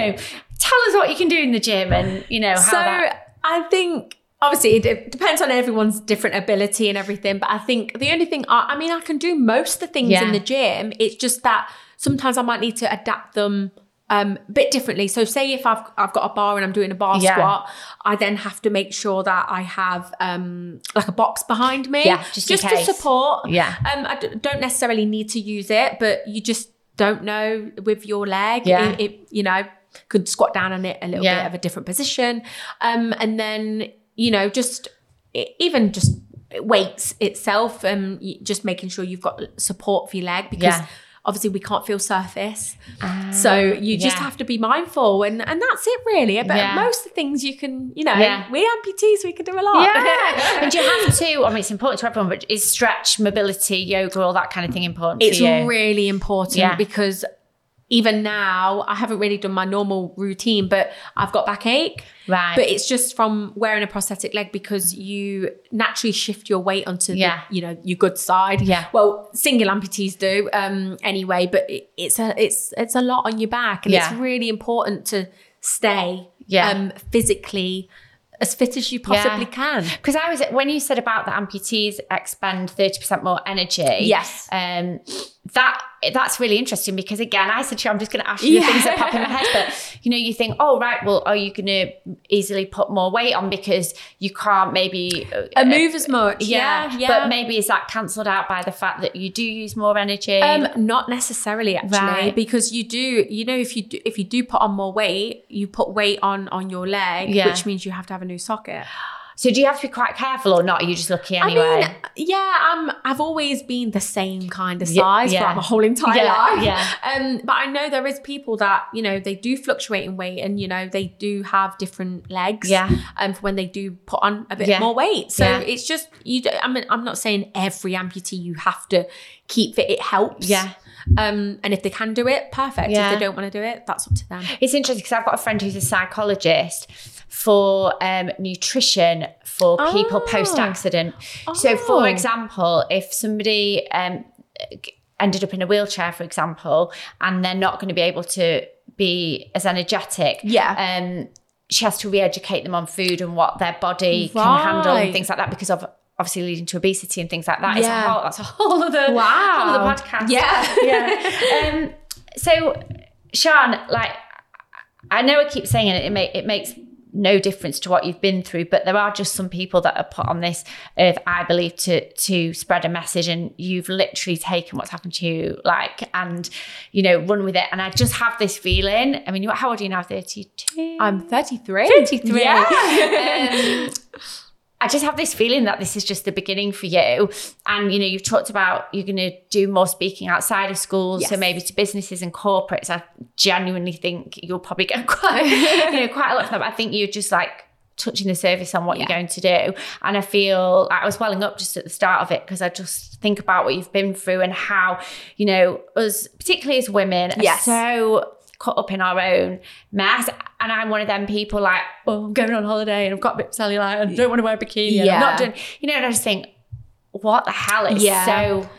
Speaker 1: Tell us what you can do in the gym and, you know, how
Speaker 2: So
Speaker 1: that...
Speaker 2: I think obviously it d- depends on everyone's different ability and everything, but I think the only thing I, I mean I can do most of the things
Speaker 1: Yeah.
Speaker 2: in the gym. It's just that sometimes I might need to adapt them um, a bit differently. So say if I've I've got a bar and I'm doing a bar
Speaker 1: Yeah.
Speaker 2: squat, I then have to make sure that I have um, like a box behind me,
Speaker 1: Yeah, just in
Speaker 2: to
Speaker 1: case.
Speaker 2: support.
Speaker 1: Yeah.
Speaker 2: um, I d- don't necessarily need to use it, but you just don't know with your leg.
Speaker 1: Yeah.
Speaker 2: It, it- you know could squat down on it a little
Speaker 1: Yeah.
Speaker 2: bit of a different position. Um, and then, you know, just e- even just weights itself, um, y- just making sure you've got support for your leg because
Speaker 1: Yeah.
Speaker 2: obviously we can't feel surface. so you just
Speaker 1: yeah.
Speaker 2: have to be mindful and, and that's it really. But
Speaker 1: Yeah.
Speaker 2: most of the things you can, you know,
Speaker 1: Yeah.
Speaker 2: we amputees, we can do a lot.
Speaker 1: Yeah, and you have to. I mean, it's important to everyone, but is stretch, mobility, yoga, all that kind of thing important
Speaker 2: it's
Speaker 1: to you?
Speaker 2: really important
Speaker 1: Yeah.
Speaker 2: because even now I haven't really done my normal routine, but I've got backache.
Speaker 1: right.
Speaker 2: but it's just from wearing a prosthetic leg because you naturally shift your weight onto
Speaker 1: Yeah.
Speaker 2: the, you know your good side
Speaker 1: Yeah.
Speaker 2: well single amputees do um anyway but it, it's a it's it's a lot on your back and it's
Speaker 1: Yeah.
Speaker 2: really important to stay
Speaker 1: Yeah.
Speaker 2: um physically as fit as you possibly can
Speaker 1: Because I was when you said about the amputees expend thirty percent more energy.
Speaker 2: Yes.
Speaker 1: Um, that that's really interesting because again, I said to you, I'm just going to ask you the
Speaker 2: Yeah.
Speaker 1: things that pop in my head, but you know, you think, oh right, well, are you going to easily put more weight on because you can't maybe. uh,
Speaker 2: I move as much yeah yeah,
Speaker 1: But maybe is that cancelled out by the fact that you do use more energy?
Speaker 2: Um, not necessarily actually,
Speaker 1: Right.
Speaker 2: because you do, you know, if you do, if you do put on more weight, you put weight on on your leg,
Speaker 1: Yeah.
Speaker 2: which means you have to have a new socket.
Speaker 1: so do you have to be quite careful or not? Are you just lucky anyway?
Speaker 2: I mean, yeah, I'm, I've always been the same kind of
Speaker 1: Ye-
Speaker 2: size
Speaker 1: yeah.
Speaker 2: throughout my whole entire
Speaker 1: Yeah,
Speaker 2: life.
Speaker 1: yeah.
Speaker 2: Um, but I know there is people that, you know, they do fluctuate in weight and, you know, they do have different legs.
Speaker 1: Yeah.
Speaker 2: Um, for when they do put on a bit
Speaker 1: Yeah.
Speaker 2: more weight. So
Speaker 1: Yeah.
Speaker 2: it's just, you do I mean, I'm not saying every amputee you have to keep fit. It helps.
Speaker 1: Yeah.
Speaker 2: Um, and if they can do it, perfect.
Speaker 1: Yeah.
Speaker 2: If they don't want to do it, that's up to them.
Speaker 1: It's interesting because I've got a friend who's a psychologist for um, nutrition for people
Speaker 2: Oh.
Speaker 1: post accident. So, for
Speaker 2: Oh.
Speaker 1: example, if somebody um, ended up in a wheelchair, for example, and they're not going to be able to be as energetic,
Speaker 2: Yeah.
Speaker 1: um, she has to re educate them on food and what their body can handle and
Speaker 2: Right.
Speaker 1: things like that because of obviously leading to obesity and things like that. It's a
Speaker 2: Yeah.
Speaker 1: whole, that's a whole other, whole
Speaker 2: Wow.
Speaker 1: other podcast
Speaker 2: Yeah.
Speaker 1: yeah. Um, so, Sean, like, I know I keep saying it, it, make, it makes no difference to what you've been through but there are just some people that are put on this earth i believe to to spread a message and you've literally taken what's happened to you like and you know run with it and i just have this feeling i mean you how old are you now 32
Speaker 2: I'm 33.
Speaker 1: 33 yeah Um, I just have this feeling that this is just the beginning for you. And, you know, you've talked about you're going to do more speaking outside of schools, so
Speaker 2: Yes.
Speaker 1: maybe to businesses and corporates. I genuinely think you'll probably get quite, you know, quite a lot from that. I think you're just like touching the surface on what you're
Speaker 2: Yeah.
Speaker 1: going to do. And I feel I was welling up just at the start of it because I just think about what you've been through and how, you know, us, particularly as women, are
Speaker 2: Yes.
Speaker 1: so caught up in our own mess. And I'm one of them people like, oh, I'm going on holiday and I've got a bit of cellulite and I don't want to wear a bikini. and I'm not
Speaker 2: Yeah.
Speaker 1: doing, you know, and I just think, what the hell is
Speaker 2: Yeah.
Speaker 1: so.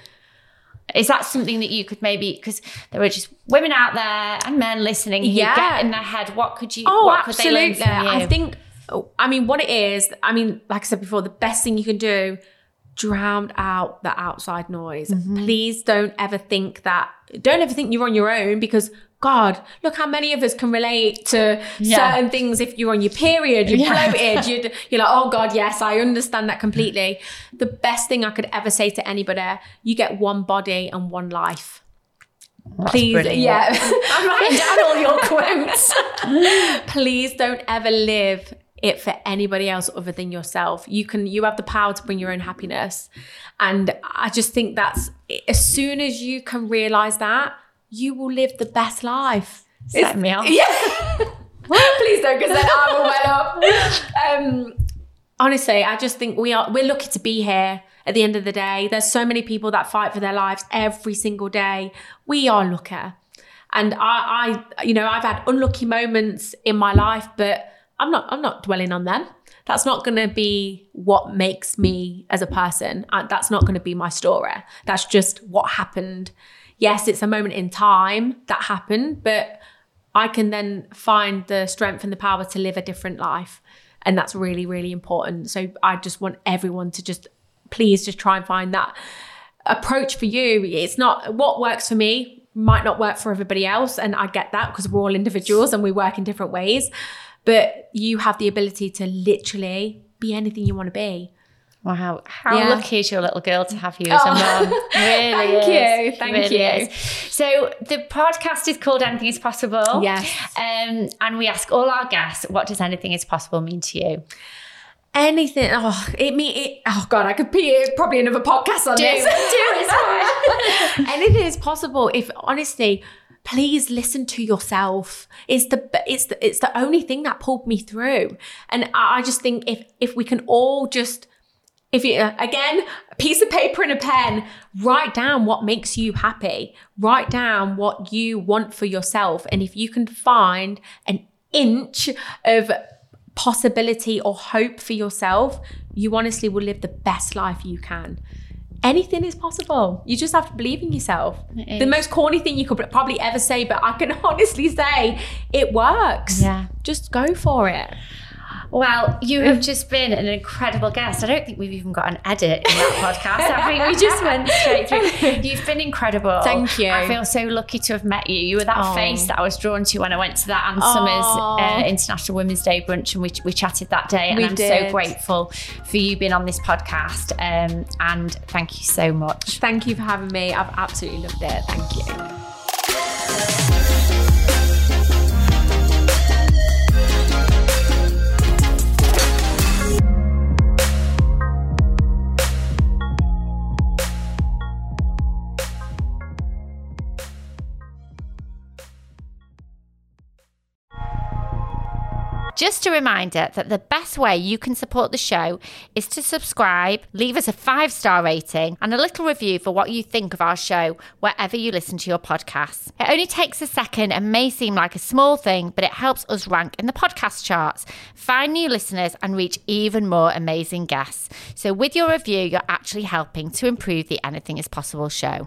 Speaker 1: Is that something that you could maybe because there are just women out there and men listening who
Speaker 2: Yeah.
Speaker 1: get in their head, what could you?
Speaker 2: Oh,
Speaker 1: what
Speaker 2: absolutely.
Speaker 1: Could they learn from you?
Speaker 2: I think, I mean, what it is, I mean, like I said before, the best thing you can do, drown out the outside noise.
Speaker 1: Mm-hmm.
Speaker 2: Please don't ever think that, don't ever think you're on your own because. God, look how many of us can relate to
Speaker 1: Yeah.
Speaker 2: certain things. If you're on your period, you're
Speaker 1: Yeah.
Speaker 2: bloated, you're, you're like, oh God, yes, I understand that completely. The best thing I could ever say to anybody, you get one body and one life. Please,
Speaker 1: brilliant.
Speaker 2: yeah.
Speaker 1: I'm writing down all your quotes.
Speaker 2: please don't ever live it for anybody else other than yourself you can you have the power to bring your own happiness and i just think that's as soon as you can realize that you will live the best life
Speaker 1: Set me up.
Speaker 2: yeah please don't because then i will well up um honestly i just think we are we're lucky to be here at the end of the day there's so many people that fight for their lives every single day we are lucky and I, I you know i've had unlucky moments in my life but i'm not i'm not dwelling on them that's not going to be what makes me as a person Uh, that's not going to be my story that's just what happened yes it's a moment in time that happened but i can then find the strength and the power to live a different life and that's really really important so i just want everyone to just please just try and find that approach for you. It's not what works for me might not work for everybody else. And I get that because we're all individuals and we work in different ways. But you have the ability to literally be anything you want to be.
Speaker 1: Wow, how
Speaker 2: Yeah.
Speaker 1: lucky is your little girl to have you as a
Speaker 2: Oh.
Speaker 1: mum? Really,
Speaker 2: Thank
Speaker 1: is.
Speaker 2: you, thank
Speaker 1: Really
Speaker 2: you.
Speaker 1: is. So the podcast is called Anything Is Possible.
Speaker 2: Yes.
Speaker 1: um, and we ask all our guests, what does anything is possible mean to you?
Speaker 2: Anything. Oh, it me. It, oh God, I could be probably another podcast on
Speaker 1: Do it's fine.
Speaker 2: anything is possible if honestly please listen to yourself it's the it's the, it's the only thing that pulled me through and i I just think if if we can all just if you uh, again a piece of paper and a pen write down what makes you happy write down what you want for yourself and if you can find an inch of possibility or hope for yourself you honestly will live the best life you can anything is possible you just have to believe in yourself
Speaker 1: It
Speaker 2: the
Speaker 1: is.
Speaker 2: most corny thing you could probably ever say but i can honestly say it works
Speaker 1: Yeah.
Speaker 2: just go for it
Speaker 1: Well, you have just been an incredible guest. I don't think we've even got an edit in that podcast. I think we just went straight through. You've been incredible.
Speaker 2: Thank you.
Speaker 1: I feel so lucky to have met you. You were that
Speaker 2: Oh.
Speaker 1: face that I was drawn to when I went to that Anne Summers
Speaker 2: Oh.
Speaker 1: uh, International Women's Day brunch, and we, we chatted that day. And
Speaker 2: We
Speaker 1: I'm so
Speaker 2: did.
Speaker 1: grateful for you being on this podcast. Um, and thank you so much.
Speaker 2: thank you for having me i've absolutely loved it thank you
Speaker 1: Just a reminder that the best way you can support the show is to subscribe, leave us a five star rating, and a little review for what you think of our show wherever you listen to your podcasts. It only takes a second and may seem like a small thing, but it helps us rank in the podcast charts, find new listeners, and reach even more amazing guests. So, with your review, you're actually helping to improve the Anything is Possible show.